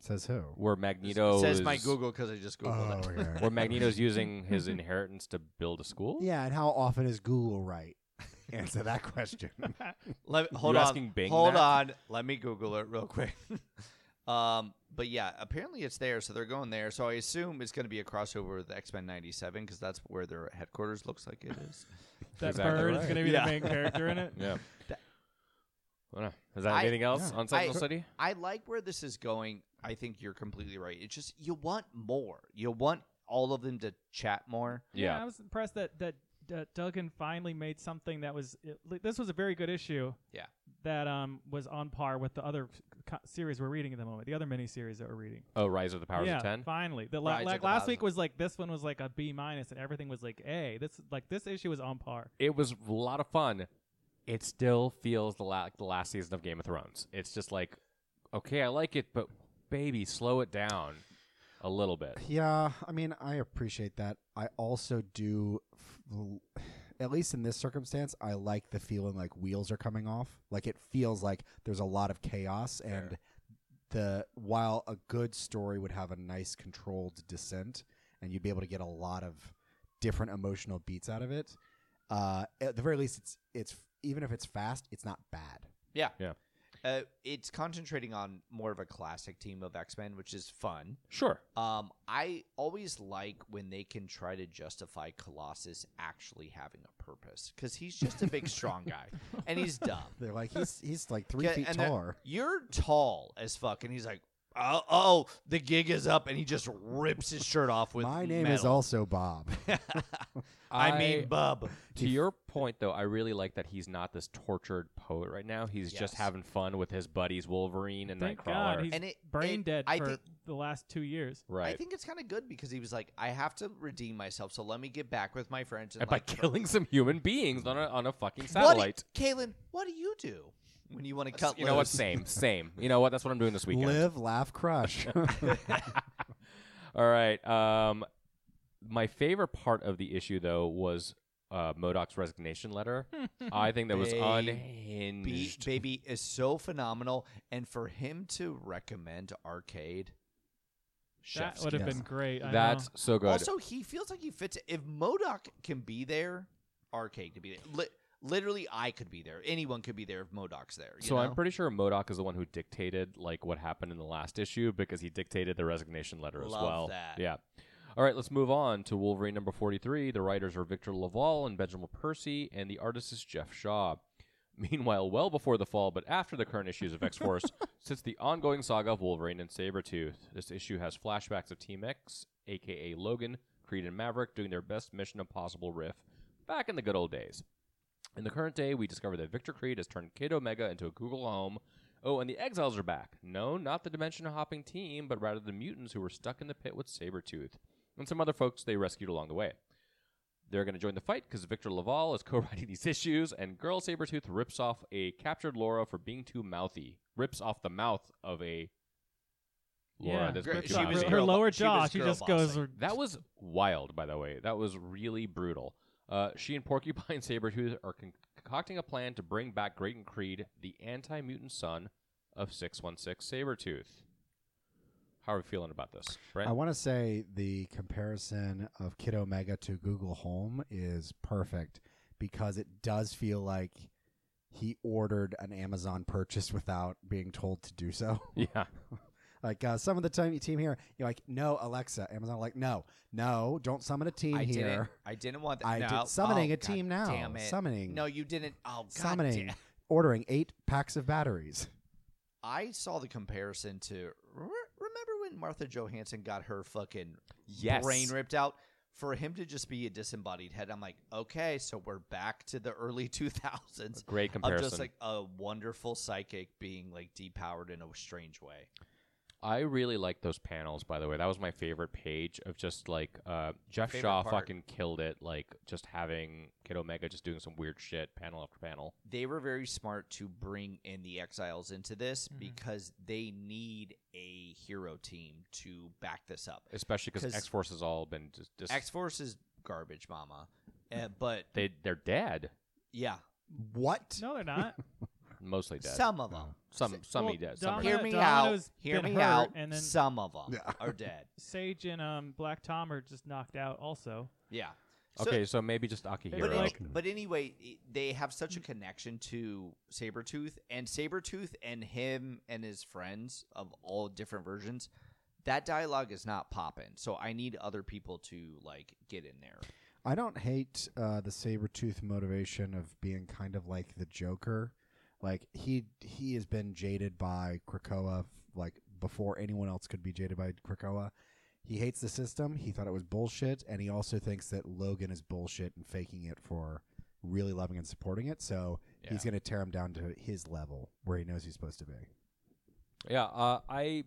C: Says who?
B: where Magneto
A: says
B: is,
A: my Google Mm-hmm. because I just googled it.
C: okay.
B: [LAUGHS] Where Magneto's using his inheritance to build a school.
C: yeah, and how often is Google right? [LAUGHS] Answer that question.
A: [LAUGHS]
D: [LAUGHS]
A: Let, hold
B: You're
A: on,
B: asking Bing
A: hold
B: that?
A: on. Let me Google it real quick. [LAUGHS] um, but yeah, apparently it's there, so they're going there. So I assume it's going to be a crossover with X Men '97 because that's where their headquarters looks like it is.
D: that
B: Exactly
D: bird is
B: right.
D: going to be
A: Yeah.
D: the main character in it.
B: [LAUGHS] Yeah.
A: That-
B: Well, is that
A: I-
B: anything else
C: yeah.
B: on Sentinel
A: I-
B: City?
A: I like where this is going. I think you're completely right. It's just you want more. You want all of them to chat more.
D: Yeah,
B: Yeah.
D: I was impressed that that uh, Duggan finally made something that was. It, li- this was a very good issue.
A: Yeah.
D: that um was on par with the other f- co- series we're reading at the moment. The other miniseries that we're reading.
B: Oh, Rise of the Powers
D: yeah,
B: of Ten.
D: finally. The la-
A: Rise
D: like
A: of the
D: last
A: Powers
D: week
A: of-
D: was like this one was like a B minus, and everything was like A. This like this issue was on par.
B: It was a lot of fun. It still feels the, la- the last season of Game of Thrones. It's just like, okay, I like it, but baby, slow it down a little bit.
C: Yeah, I mean, I appreciate that. I also do, f- l- at least in this circumstance, I like the feeling like wheels are coming off. Like it feels like there's a lot of chaos, and the while a good story would have a nice controlled descent, and you'd be able to get a lot of different emotional beats out of it. Uh, at the very least, it's it's even if it's fast, it's not bad.
A: Yeah,
B: Yeah.
A: Uh, it's concentrating on more of a classic team of X Men, which is fun.
B: Sure.
A: Um, I always like when they can try to justify Colossus actually having a purpose because he's just a big, strong guy, and he's dumb. [LAUGHS]
C: They're like he's he's like three
A: Yeah,
C: feet
A: and they're-
C: taller.
A: You're tall as fuck, and he's like, oh, oh, the gig is up, and he just rips his shirt off with.
C: My name is
A: metal.
C: also Bob.
A: I, mean, bub.
B: to your point though, I really like that he's not this tortured poet right now. He's
A: Yes.
B: just having fun with his buddies Wolverine and
D: Thank
B: Nightcrawler.
D: God he's
A: And it-
D: brain
A: it-
D: dead
A: I
D: for
A: think-
D: the last two years.
B: right.
A: I think it's kind of good because he was like, I have to redeem myself, so let me get back with my friends and
B: and by
A: like
B: [LAUGHS] killing some human beings on a on a fucking
A: What,
B: satellite.
A: do- Kaylin, what do you do when you want to cut?
B: you know
A: [LAUGHS]
B: what?
A: loose?
B: Same, same. You know what? That's what I'm doing this weekend.
C: Live, laugh, crush. [LAUGHS]
B: [LAUGHS] All right. Um, my favorite part of the issue though was uh, Modoc's resignation letter. I think that was
A: Baby. Be-
B: unhinged.
A: baby is so phenomenal, and for him to recommend Arcade,
D: That
A: chef's
D: would have
C: kiss.
D: been great. I
B: That's
D: know.
B: so good.
A: Also, he feels like he fits. If Modoc can be there, Arcade could be there. Li- literally, I could be there. Anyone could be there if Modoc's there. you
B: so I'm
A: know?
B: pretty sure Modoc is the one who dictated like what happened in the last issue because he dictated the resignation letter as
A: Love
B: well.
A: that.
B: Yeah. All right, let's move on to Wolverine number 43. The writers are Victor Laval and Benjamin Percy, and the artist is Jeff Shaw. [LAUGHS] Meanwhile, well before the fall, but after the current issues of X
A: [LAUGHS]
B: Force, sits the ongoing saga of Wolverine and Sabretooth. This issue has flashbacks of Team X, aka Logan, Creed, and Maverick doing their best Mission Impossible riff back in the good old days. In the current day, we discover that Victor Creed has turned Kid Omega into a Google home. Oh, and the exiles are back. No, not the dimension hopping team, but rather the mutants who were stuck in the pit with Sabretooth and some other folks they rescued along the way. They're going to join the fight because Victor Laval is [LAUGHS] co writing these issues, and Girl Sabretooth rips off a captured Laura for being too mouthy. Rips off the mouth of a Laura
D: Yeah.
B: that's
A: Great.
B: been
A: She was
B: too mouthy.
D: her, her
A: girl-
D: lower
A: she
D: jaw.
A: was
D: She
A: girl
D: just goes.
A: bossing.
B: That was wild, by the way. That was really brutal. Uh, she and Porcupine [LAUGHS] Sabretooth are con- concocting a plan to bring back Great and Creed, the anti mutant son of 616 Sabretooth. How are we feeling about this, Brent?
C: I want to say the comparison of Kid Omega to Google Home is perfect because it does feel like he ordered an Amazon purchase without being told to do so.
B: [LAUGHS]
C: [LAUGHS]
B: yeah.
C: Like uh, some of the time, team here, you're like, no, Alexa, Amazon, like, no, no, don't summon a team
A: I
C: here.
A: didn't. I didn't want that.
C: I
A: no.
C: did summoning
A: Oh,
C: a team
A: God
C: now.
A: Damn it.
C: Summoning.
A: No, you didn't. Oh, God
C: summoning,
A: damn.
C: ordering eight packs of batteries.
A: I saw the comparison to. re- Remember when Martha Johansson got her fucking
B: Yes.
A: brain ripped out? For him to just be a disembodied head, I'm like, okay, so we're back to the early [LAUGHS] 2000s.
B: Great
A: Of
B: comparison.
A: just like a wonderful psychic being like depowered in a strange way.
B: I really like those panels, by the way. That was my favorite page of just like uh, Jeff
A: Favorite
B: Shaw
A: part.
B: fucking killed it. Like just having Kid Omega just doing some weird shit panel after panel.
A: they were very smart to bring in the exiles into this
D: Mhm.
A: because they need a hero team to back this up.
B: Especially because
A: 'Cause-
B: X Force has all been just. just
A: X Force is garbage, mama. Uh, but
B: they, they're dead.
A: yeah,
C: What?
D: No, they're not.
B: Mostly dead.
A: some of them.
B: Some [LAUGHS] some
D: Well,
B: he does. Some are
D: Domino-
A: Hear
B: not.
A: me out.
D: Domino's
A: Hear
D: been
A: me
D: hurt,
A: out.
D: and then-
A: some of them
C: Yeah.
A: are dead.
D: Sage and um, Black Tom are just knocked out. Also,
A: Yeah. So-
B: okay, so maybe just Akihiro.
A: But,
D: Hero.
A: any- but anyway, i- they have such a connection to Sabretooth, and Sabretooth and him and his friends of all different versions, that dialogue is not popping. So I need other people to like get in there.
C: I don't hate uh, the Sabretooth motivation of being kind of like the Joker. Like he he has been jaded by Krakoa like before anyone else could be jaded by Krakoa. He hates the system. He thought it was bullshit, and he also thinks that Logan is bullshit and faking it for really loving and supporting it. So he's going to tear him down to his level where he knows he's supposed to be.
B: Yeah, uh, I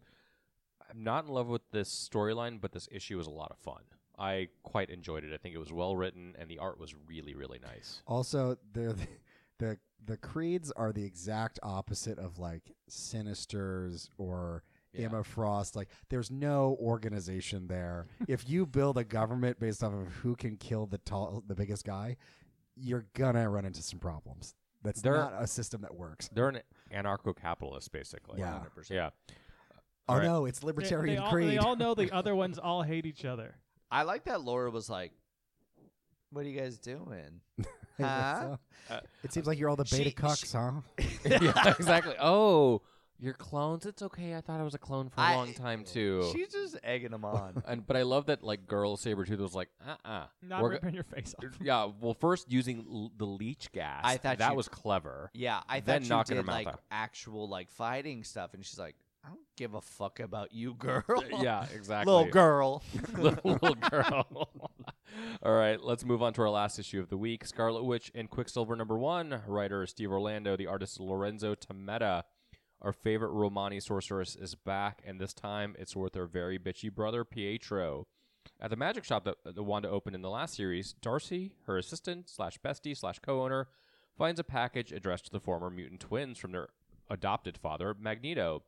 B: I'm not in love with this storyline, but this issue was a lot of fun. I quite enjoyed it. I think it was well written, and the art was really really nice.
C: Also, they're the, [LAUGHS] the the creeds are the exact opposite of like sinisters or
B: Yeah.
C: Emma Frost. Like, there's no
A: [LAUGHS]
C: organization there. if you build a government based off of who can kill the tall, the biggest guy, you're gonna run into some problems. That's
B: There-
C: not a system that works.
B: They're an anarcho-capitalist, basically.
C: Yeah.
A: 100%.
B: Yeah. [LAUGHS]
C: Oh
B: Alright.
C: no, it's
D: They-
C: libertarian
D: they, all,
C: creed.
D: they all
A: [LAUGHS]
D: know the other ones all hate each other.
A: I like that Laura was like, "What are you guys doing?"
C: [LAUGHS] Hey,
A: Huh? Uh,
C: so, it seems like you're all the beta
A: She-
C: cucks,
A: she-
C: huh?
B: yeah, exactly. Oh, your clones. It's okay. I thought I was a clone for a
A: I-
B: long time too.
A: She's just egging [LAUGHS] them on.
B: and but I love that like girl Sabretooth was like, uh uh
D: Not ripping your face off.
B: yeah, well, first using l- the leech gas.
A: I thought
B: that
A: you- [LAUGHS]
B: was clever.
A: yeah, I
B: Then
A: thought she
B: knocking her
A: did
B: mouth
A: like
B: out.
A: actual like fighting stuff, and she's like, I don't give a fuck about you, [LAUGHS] girl.
B: yeah, exactly.
A: little girl.
B: little, [LAUGHS] little girl. [LAUGHS] All right, let's move on to our last issue of the week Scarlet Witch and Quicksilver number one. Writer is Steve Orlando, the artist Lorenzo Tametta. Our favorite Romani sorceress is back, and this time it's with her very bitchy brother, Pietro. At the magic shop that the Wanda opened in the last series, Darcy, her assistant slash bestie slash co owner, finds a package addressed to the former mutant twins from their adopted father, Magneto.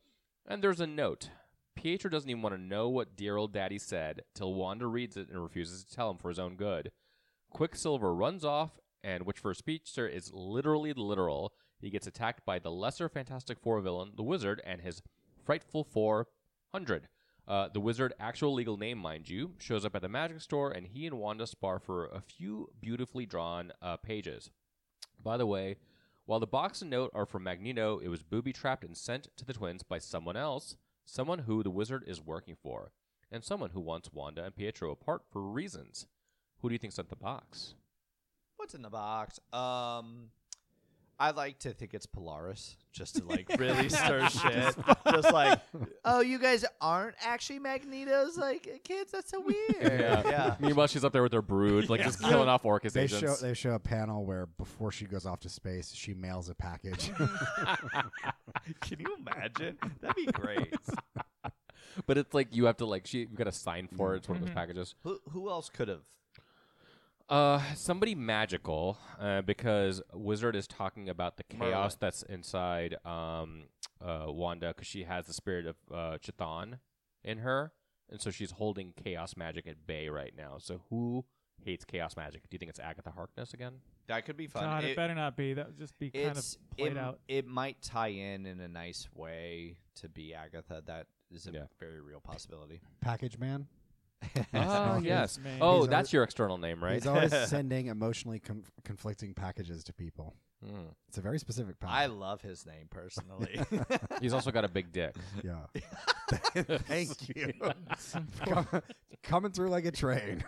B: And there's a note. Pietro doesn't even want to know what dear old daddy said till Wanda reads it and refuses to tell him for his own good. Quicksilver runs off, and which for a speedster is literally literal. He gets attacked by the lesser Fantastic Four villain, the Wizard, and his frightful four hundred. Uh, the Wizard, actual legal name, mind you, shows up at the magic store, and he and Wanda spar for a few beautifully drawn uh, pages. By the way, while the box and note are from Magneto, it was booby trapped and sent to the twins by someone else, someone who the wizard is working for, and someone who wants Wanda and Pietro apart for reasons. Who do you think sent the box?
A: What's in the box? Um, I like to think it's Polaris, just to
B: [LAUGHS]
A: like really stir shit. just like, oh, you guys aren't actually Magneto's like kids. That's so weird.
C: [LAUGHS]
B: [LAUGHS]
A: yeah.
B: Meanwhile, she's up there with her brood, like just killing off Orcus
C: They
B: agents.
C: show they show a panel where before she goes off to space, she mails
A: [LAUGHS]
C: a package.
A: Can you imagine? That'd be great.
B: but it's like you have to like she you've got to sign for it. It's one
C: Mm-hmm.
B: of those packages.
A: who who else could have?
B: Uh, somebody magical, uh, because Wizard is talking about the chaos that's inside um, uh, Wanda, because she has the spirit of uh, Chthon in her, and so she's holding chaos magic at bay right now. So who hates chaos magic? Do you think it's Agatha Harkness
C: [LAUGHS]
B: again?
A: That could be fun.
D: God, it,
A: It-
D: better not be. That would just be kind of
A: it's
D: played
A: it,
D: out.
A: it might tie in in a nice way to be Agatha. That is a
B: Yeah.
A: very real possibility.
C: package man.
B: [LAUGHS] Oh
C: Harkness.
B: yes.
D: Name.
B: Oh,
C: Ah, He's
B: that's
C: always-
B: your external name, right?
C: He's always
A: [LAUGHS]
C: sending emotionally com- conflicting packages to people.
B: Hmm.
C: It's a very specific
A: I
C: package.
A: love his name personally.
B: [LAUGHS] He's also got a big
C: [LAUGHS]
B: dick.
A: [LAUGHS]
C: yeah. Thank you. [LAUGHS] Com- Coming through like
A: [LAUGHS]
C: a train.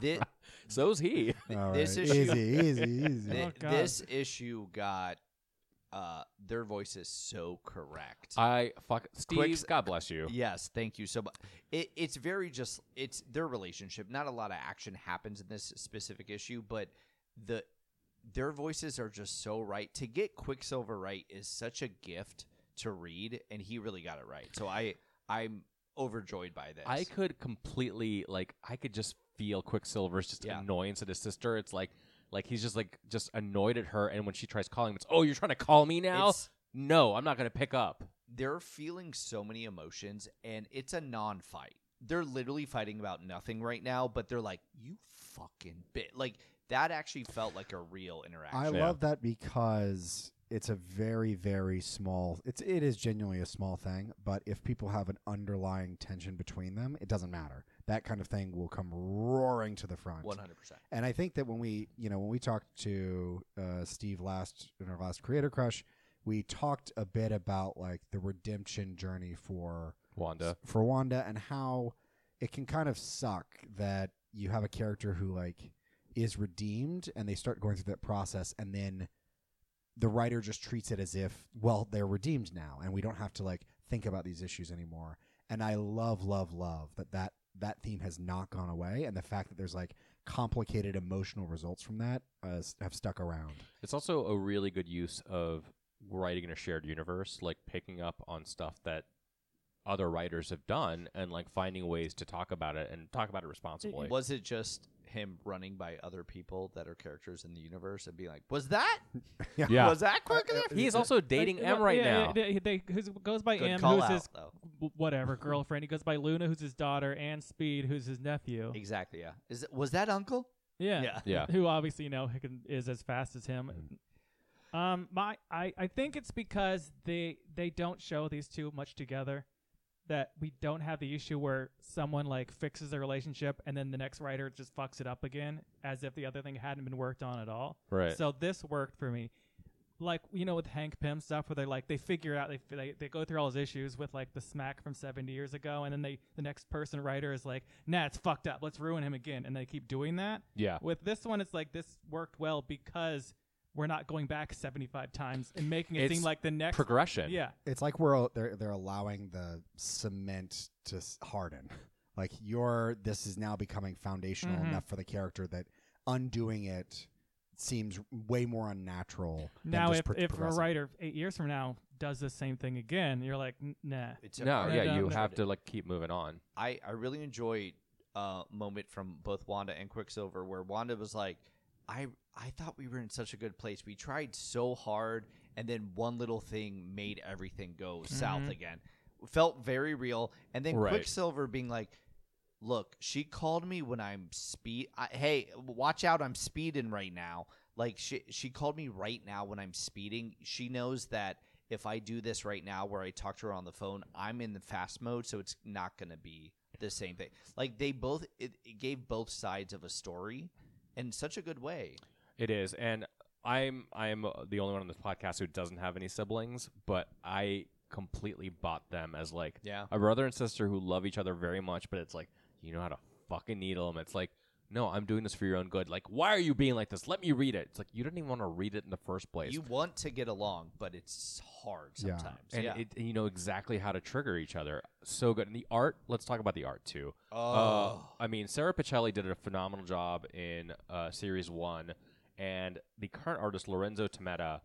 A: Thi-
B: So's he.
C: All
A: This
C: right.
A: issue-
C: easy, easy, easy.
A: thi-
D: Oh, God.
A: this issue got uh, their voice is so correct.
B: I fuck Steve.
A: Quicks-
B: God bless you.
A: Yes, thank you so much. It, it's very just it's their relationship. Not a lot of action happens in this specific issue, but the their voices are just so right. To get Quicksilver right is such a gift to read, and he really got it right. So I I'm overjoyed by this.
B: I could completely like I could just feel Quicksilver's just
A: Yeah.
B: annoyance at his sister. It's like like he's just like just annoyed at her, and when she tries calling him, it's oh you're trying to call me now.
A: It's-
B: no, I'm not gonna pick up.
A: they're feeling so many emotions, and it's a non-fight. They're literally fighting about nothing right now, but they're like, "You fucking bit." Like that actually felt like a real interaction.
C: I
B: Yeah.
C: love that because it's a very, very small. It's it is genuinely a small thing, but if people have an underlying tension between them, it doesn't matter. That kind of thing will come roaring to the front.
A: One hundred percent.
C: And I think that when we, you know, when we talked to uh, Steve last in our last Creator Crush, we talked a bit about like the redemption journey for
B: Wanda.
C: for Wanda and how it can kind of suck that you have a character who like is redeemed and they start going through that process and then the writer just treats it as if well they're redeemed now and we don't have to like think about these issues anymore and i love love love that that that theme has not gone away and the fact that there's like complicated emotional results from that uh, s- have stuck around
B: It's also a really good use of writing in a shared universe, like picking up on stuff that other writers have done and like finding ways to talk about it and talk about it responsibly.
A: Was it just him running by other people that are characters in the universe and being like, "Was that?
B: Yeah. [LAUGHS]
A: Was that
D: Uh,
A: Quicksilver?"
B: He is also dating
D: Like,
B: M
D: well,
B: right
D: yeah,
B: now.
D: yeah, they- they- who's- goes by
A: Good
D: M,
A: call
D: who's
A: out,
D: his
A: though.
D: w- whatever girlfriend. He goes by Luna, who's his daughter, and Speed, who's his nephew.
A: Exactly. Yeah. Is it, was that Uncle?
D: Yeah.
A: Yeah.
B: Yeah.
D: Who obviously you know he can, is as fast as him. Um, my I, I think it's because they they don't show these two much together that we don't have the issue where someone like fixes a relationship and then the next writer just fucks it up again as if the other thing hadn't been worked on at all.
B: Right.
D: So this worked for me. Like you know with Hank Pym stuff where they like they figure it out they, f- they they go through all his issues with like the smack from 70 years ago and then they the next person writer is like nah it's fucked up let's ruin him again and they keep doing that.
B: yeah.
D: With this one, it's like this worked well because we're not going back 75 times and making it
B: It's
D: seem like the next
B: progression.
D: yeah
C: It's like we're al- they're they're allowing the cement to s- harden. [LAUGHS] Like your this is now becoming foundational
D: Mhm.
C: enough for the character that undoing it seems way more unnatural. than
D: now
C: just
D: if,
C: pro-
D: if a
C: progressing.
D: writer eight years from now does the same thing again you're like "N- nah
A: It's a-
B: No,
D: No,
B: yeah,
D: no,
B: you
D: no.
B: have to like keep moving on.
A: I, I really enjoyed uh moment from both Wanda and Quicksilver where Wanda was like, I I thought we were in such a good place. We tried so hard and then one little thing made everything go
D: Mm-hmm.
A: south again. Felt very real. And then
B: Right.
A: Quicksilver being like, Look, she called me when I'm speed I, hey, watch out, I'm speeding right now. Like she she called me right now when I'm speeding. She knows that if I do this right now where I talk to her on the phone, I'm in the fast mode, so it's not going to be the same thing. Like they both it, it gave both sides of a story in such a good way.
B: It is, and I'm I'm uh, the only one on this podcast who doesn't have any siblings, but I completely bought them as like
A: Yeah.
B: a brother and sister who love each other very much, but it's like you know how to fucking needle them. It's like no, I'm doing this for your own good. Like, why are you being like this? Let me read it. It's like you didn't even want to read it in the first place.
A: You want to get along, but it's hard
C: Yeah.
A: sometimes. Yeah.
B: and it, and you know exactly how to trigger each other. So good. And the art, let's talk about the art too. Uh,
A: oh.
B: I mean, Sarah Pacelli did a phenomenal job in uh, series one, and the current artist Lorenzo Tometa,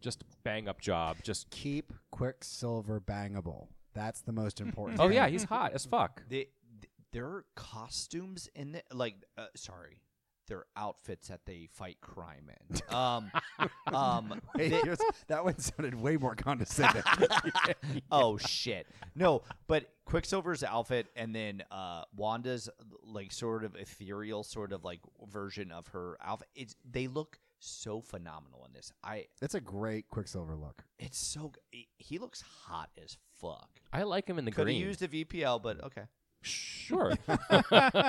B: just bang up job. Just [LAUGHS]
C: keep Quicksilver bangable. That's the most important.
B: oh
C: thing. [LAUGHS]
B: yeah, he's hot as fuck.
A: they, th- their costumes in the like uh, sorry, their outfits that they fight crime in. Um
B: [LAUGHS]
A: um [LAUGHS]
C: Wait,
A: they-
C: yours- that one sounded way more
D: [LAUGHS]
C: condescending.
A: oh shit no but quicksilver's outfit and then uh wanda's like sort of ethereal sort of like version of her outfit it's they look so phenomenal in this i
C: That's a great Quicksilver look.
A: it's so g- he- he looks hot as fuck
B: I like him in the
A: could have
B: green.
A: used a vpl but okay
B: [LAUGHS] sure.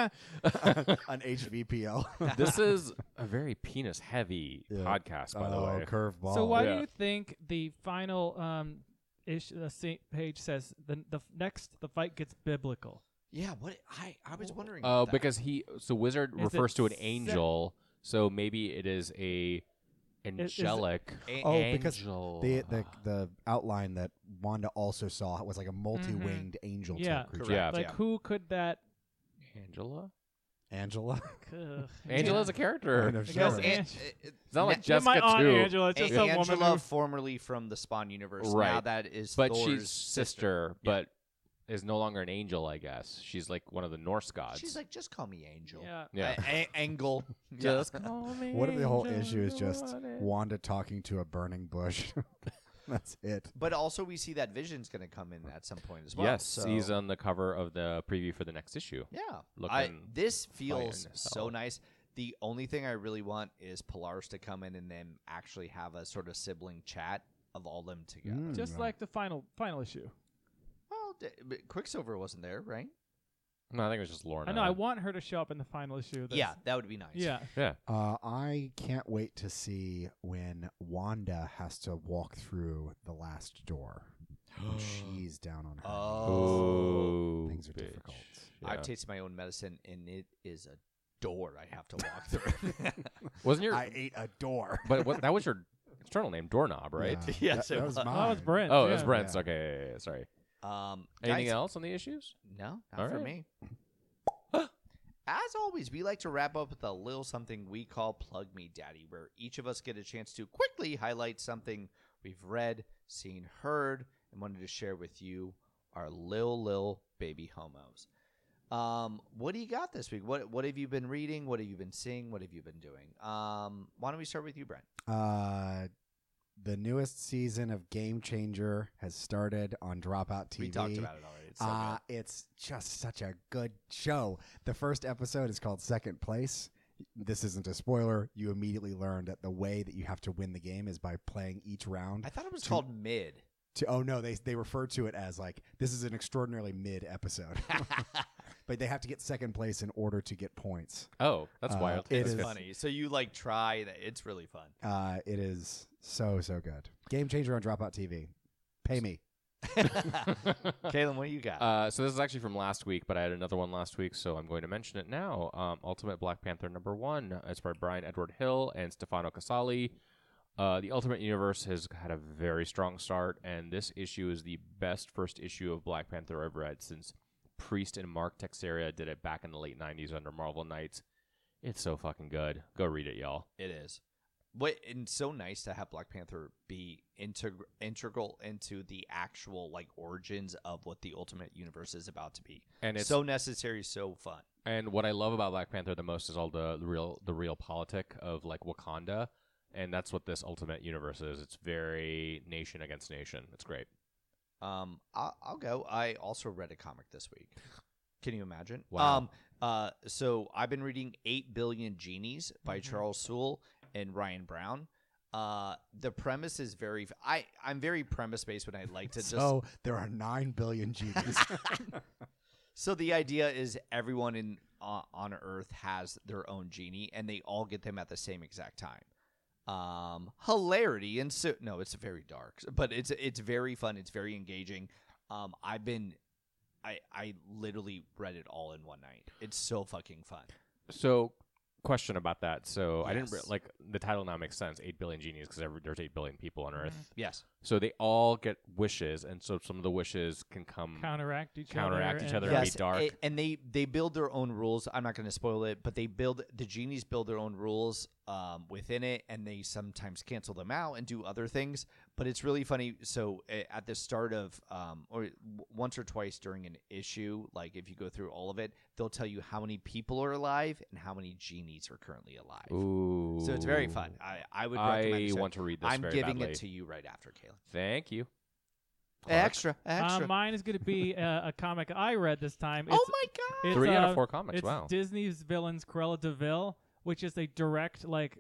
C: An
D: [LAUGHS]
C: HVPL.
B: this is a very penis heavy
C: Yeah.
B: podcast, by the
C: Oh,
B: way.
C: curveball.
D: so why
B: Yeah.
D: do you think the final um ish uh, sa- page says the the f- next the fight gets biblical
A: yeah what i i was wondering
B: Oh,
A: about that.
B: because he so wizard
D: Is it
B: refers to an
D: se-
B: angel, so maybe it is a
D: is it-
B: angelic.
A: A-
C: Oh, because
B: angel.
C: the, the the outline that Wanda also saw was like a multi-winged angel
D: Mm-hmm. Yeah.
C: type creature.
B: Yeah.
D: like who could that
B: Angela.
A: [LAUGHS]
C: Angela.
D: ugh,
B: Angela's
D: yeah.
B: a character.
C: Kind of
A: Because
C: sure.
D: Sure.
A: An-
D: Ang-
A: it- it-
B: It's not like
A: Na-
D: Yeah, my
B: Jessica
D: aunt
B: too,
D: Angela, it's just a woman
A: Angela,
D: who-
A: formerly from the Spawn universe, now
B: Right.
A: that is
B: but
A: Thor's
B: she's sister, but is no longer an angel. I guess she's like one of the Norse gods.
A: She's like, just call me Angel.
D: yeah
B: yeah.
A: A- a-
B: [LAUGHS]
A: angle.
B: Just
A: Yeah.
B: call
D: [LAUGHS]
B: me
C: What if the whole
B: angel,
C: issue is just
B: nobody-
C: Wanda talking to a burning bush? [LAUGHS] That's it.
A: But also, we see that Vision's going to come in at some point as well.
B: Yes,
A: so,
B: he's uh, on the cover of the preview for the next issue.
A: yeah. I,
B: looking
A: this feels
B: fine,
A: so
B: so.
A: nice. The only thing I really want is Polaris to come in and then actually have a sort of sibling chat of all them together.
B: Hmm.
C: Mm.
D: just like the final final issue
A: Well, d- but Quicksilver wasn't there, right?
B: No, I think it was just Lorna.
D: I know I want her to show up in the final issue of this.
A: Yeah, that would be nice.
D: yeah
B: Yeah,
C: Uh, I can't wait to see when Wanda has to walk through the last door.
A: [GASPS]
C: When She's down on her.
A: Oh.
B: Ooh,
C: Things are
B: bitch.
C: difficult.
A: I've
B: Yeah.
A: tasted my own medicine, and it is a door I have to walk through.
B: [LAUGHS]
A: [LAUGHS]
B: Wasn't
C: knees.
B: your
C: I ate a door.
B: but what, that was your external name doorknob, right?
C: Yeah.
A: [LAUGHS] Yes,
C: that,
A: it
C: that was
A: was.
C: mine.
D: that was Brent
B: Oh,
D: yeah.
B: it was Brent's.
C: Yeah.
B: Okay, yeah, yeah, yeah, sorry.
A: um,
B: Anything
A: guys,
B: else on the issues?
A: No, not
B: All
A: for
B: right.
A: me. [GASPS] As always, we like to wrap up with a little something we call Plug Me Daddy, where each of us get a chance to quickly highlight something we've read, seen, heard, and wanted to share with you, our lil lil baby homos. Um, what do you got this week? What what have you been reading? What have you been seeing? What have you been doing? Um, why don't we start with you, Brent?
C: Uh, the newest season of Game Changer has started on Dropout TV.
A: We talked about it already. It's so
C: Uh, it's just such a good show. The first episode is called Second Place. This isn't a spoiler. You immediately learn that the way that you have to win the game is by playing each round.
A: good. I thought it was
C: to-
A: called Mid.
C: To oh no, they they refer to it as like this is an extraordinarily mid
A: [LAUGHS]
C: episode, [LAUGHS] but they have to get second place in order to get points.
B: Oh, that's
C: Uh,
B: wild.
C: it
B: That's
A: It's
C: is.
B: good.
A: funny. So you like try that? It's really fun. [LAUGHS]
C: Uh, it is so so good. Game changer on Dropout TV. Pay me.
B: [LAUGHS]
A: Caitlin, what do you got?
B: Uh, so this is actually from last week, but I had another one last week, so I'm going to mention it now. Um, Ultimate Black Panther number one. It's by Brian Edward Hill and Stefano Casali. Uh, the Ultimate Universe has had a very strong start, and this issue is the best first issue of Black Panther I've read since Priest and Mark Texeria did it back in the late '90s under Marvel Knights. It's so fucking good. Go read it, y'all.
A: It is. But and so nice to have Black Panther be integ- integral into the actual like origins of what the Ultimate Universe is about to be.
B: And it's
A: so necessary, so fun.
B: And what I love about Black Panther the most is all the real the real politic of like Wakanda, and that's what this Ultimate Universe is. It's very nation against nation. It's great.
A: Um, I'll, I'll go. I also read a comic this week. Can you imagine?
B: Wow.
A: Um, uh, so I've been reading Eight Billion Genies by Charles Sewell and Ryan Brown. Uh, the premise is very. I I'm very premise based when I like
C: [LAUGHS]
A: to just
C: so there are nine billion genies.
A: [LAUGHS] So the idea is everyone in uh, on Earth has their own genie, and they all get them at the same exact time. Um, hilarity and so no, it's very dark, but it's it's very fun. It's very engaging. Um, I've been, I I literally read it all in one night. It's so fucking fun.
B: So, question about that. So I didn't re-
A: Yes.
B: like the title now makes sense. Eight billion genies because there's eight billion people on Earth.
A: Yes,
B: So they all get wishes, and so some of the wishes can come.
D: Counteract each other.
B: Mm. Counteract each
D: and-
B: other. They're
A: yes,
B: very dark.
A: a- and they they build their own rules. I'm not going to spoil it, but they build the genies build their own rules um, within it, and they sometimes cancel them out and do other things. But it's really funny. So a- at the start of um, or w- once or twice during an issue, like if you go through all of it, they'll tell you how many people are alive and how many genies are currently alive.
B: Ooh.
A: So it's very fun. I, I would. Recommend
B: I
A: it. So
B: want to read this.
A: I'm
B: very
A: giving
B: badly.
A: it to you right after, Caleb.
B: Thank you. Clark.
A: Extra, extra.
D: Uh, mine is going to be uh, a comic I read this time. It's,
A: oh my god!
D: it's,
B: Three out
D: uh,
B: of four comics.
D: It's
B: Wow.
D: Disney's villains Cruella Deville, which is a direct like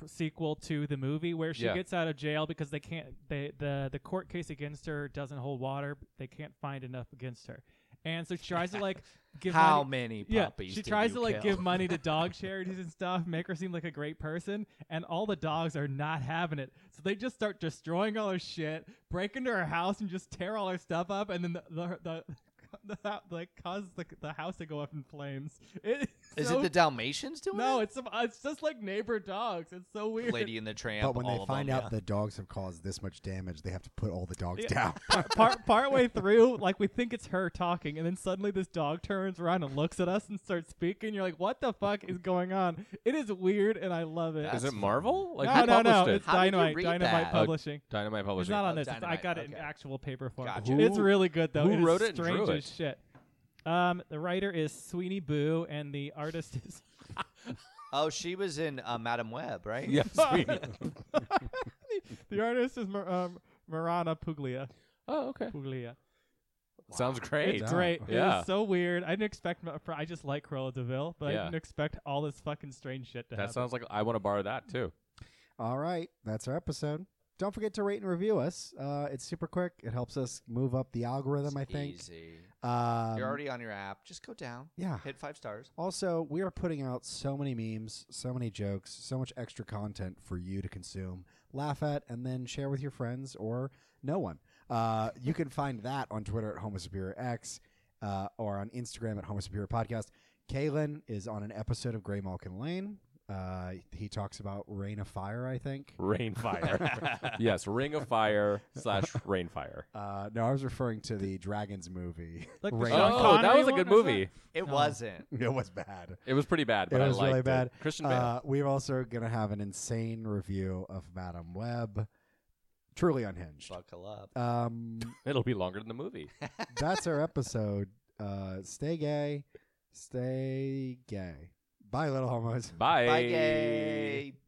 D: p- sequel to the movie where she
B: Yeah.
D: gets out of jail because they can't they the the court case against her doesn't hold water. They can't find enough against her. And so she tries to like [LAUGHS] give
A: How
D: money,
A: many
D: yeah,
A: puppies?
D: she
A: did
D: tries
A: you
D: to like
A: kill?
D: give
A: [LAUGHS]
D: money to dog charities and stuff, make her seem like a great person, and all the dogs are not having it. So they just start destroying all her shit, break into her house, and just tear all her stuff up, and then the the, the, [LAUGHS] the, hou- like cause the, the house to go up in flames. It
A: Is
D: so-
A: it the Dalmatians doing
D: [LAUGHS] no?
A: it?
D: It's some, uh, it's just like neighbor dogs. It's so weird. [LAUGHS]
A: Lady in the Tramp.
C: but when they
A: all of
C: find
A: them,
C: out
A: yeah.
C: the dogs have caused this much damage, they have to put all the dogs
D: Yeah.
C: down.
D: part partway through, like we think it's her talking, and then suddenly this dog turns around and looks at us and starts speaking. You're like, "What the fuck is going on?It is weird, and I love it.
B: Is it Marvel? Like who
D: no, no, no!
B: published it?
D: It's
A: How did you
D: Dynamite,
A: read
D: Dynamite
A: that?
D: Publishing.
B: Dynamite
D: it's
B: Publishing.
D: not
A: Oh,
B: [LAUGHS]
D: on this. it's- I
A: Dynamite,
D: got it in
A: okay.
D: actual paper form.
A: Gotcha.
B: Who-
D: It's really good though.
B: who
D: is
B: wrote it and drew
D: strange
B: it?
D: as shit. Um, the writer is Sweeney Boo, and the artist [LAUGHS] is
A: Oh, she was in uh, Madam Web, right?
B: Yeah, Sweeney. [LAUGHS]
D: the, the artist is Mar- um, Marana Puglia.
B: oh, okay.
D: Puglia.
B: Sounds great.
D: It's
C: Yeah.
D: great. It
B: Yeah.
D: was so weird. I didn't expect. my- I just like Cruella Deville, but
B: Yeah.
D: I didn't expect all this fucking strange shit to
B: That
D: happen.
B: sounds like I want to borrow that too.
C: All right, that's our episode. Don't forget to rate and review us. Uh, it's super quick. It helps us move up the algorithm. I think.
A: Easy.
C: Um,
A: You're already on your app. Just go down.
C: yeah.
A: Hit five stars.
C: Also, we are putting out so many memes, so many jokes, so much extra content for you to consume, laugh at, and then share with your friends or no one. Uh, you can [LAUGHS] find that on Twitter at Homo Superior X uh, or on Instagram at Homo Superior Podcast. Kalen is on an episode of Grey Malkin Lane. Uh, he talks about Rain of Fire, I think.
B: Rainfire. [LAUGHS] yes, Ring of Fire slash Rainfire.
C: Uh, no, I was referring to the Dragons movie. [LAUGHS]
D: Like the
C: Rain
D: Sean
C: of
B: oh,
C: Fire.
D: Connery
B: that was a
D: one
B: good
D: or something?
B: movie.
A: It wasn't.
C: It was bad.
B: It was pretty bad, but
C: it was
B: I liked
C: really bad.
B: it. Christian Bale.
C: Uh, we're also going to have an insane review of Madame Web. Truly unhinged.
A: Buckle up.
C: Um,
B: It'll be longer than the movie.
C: that's our episode. Uh, stay gay. Stay gay. Bye, little homos.
B: Bye.
A: Bye, gay.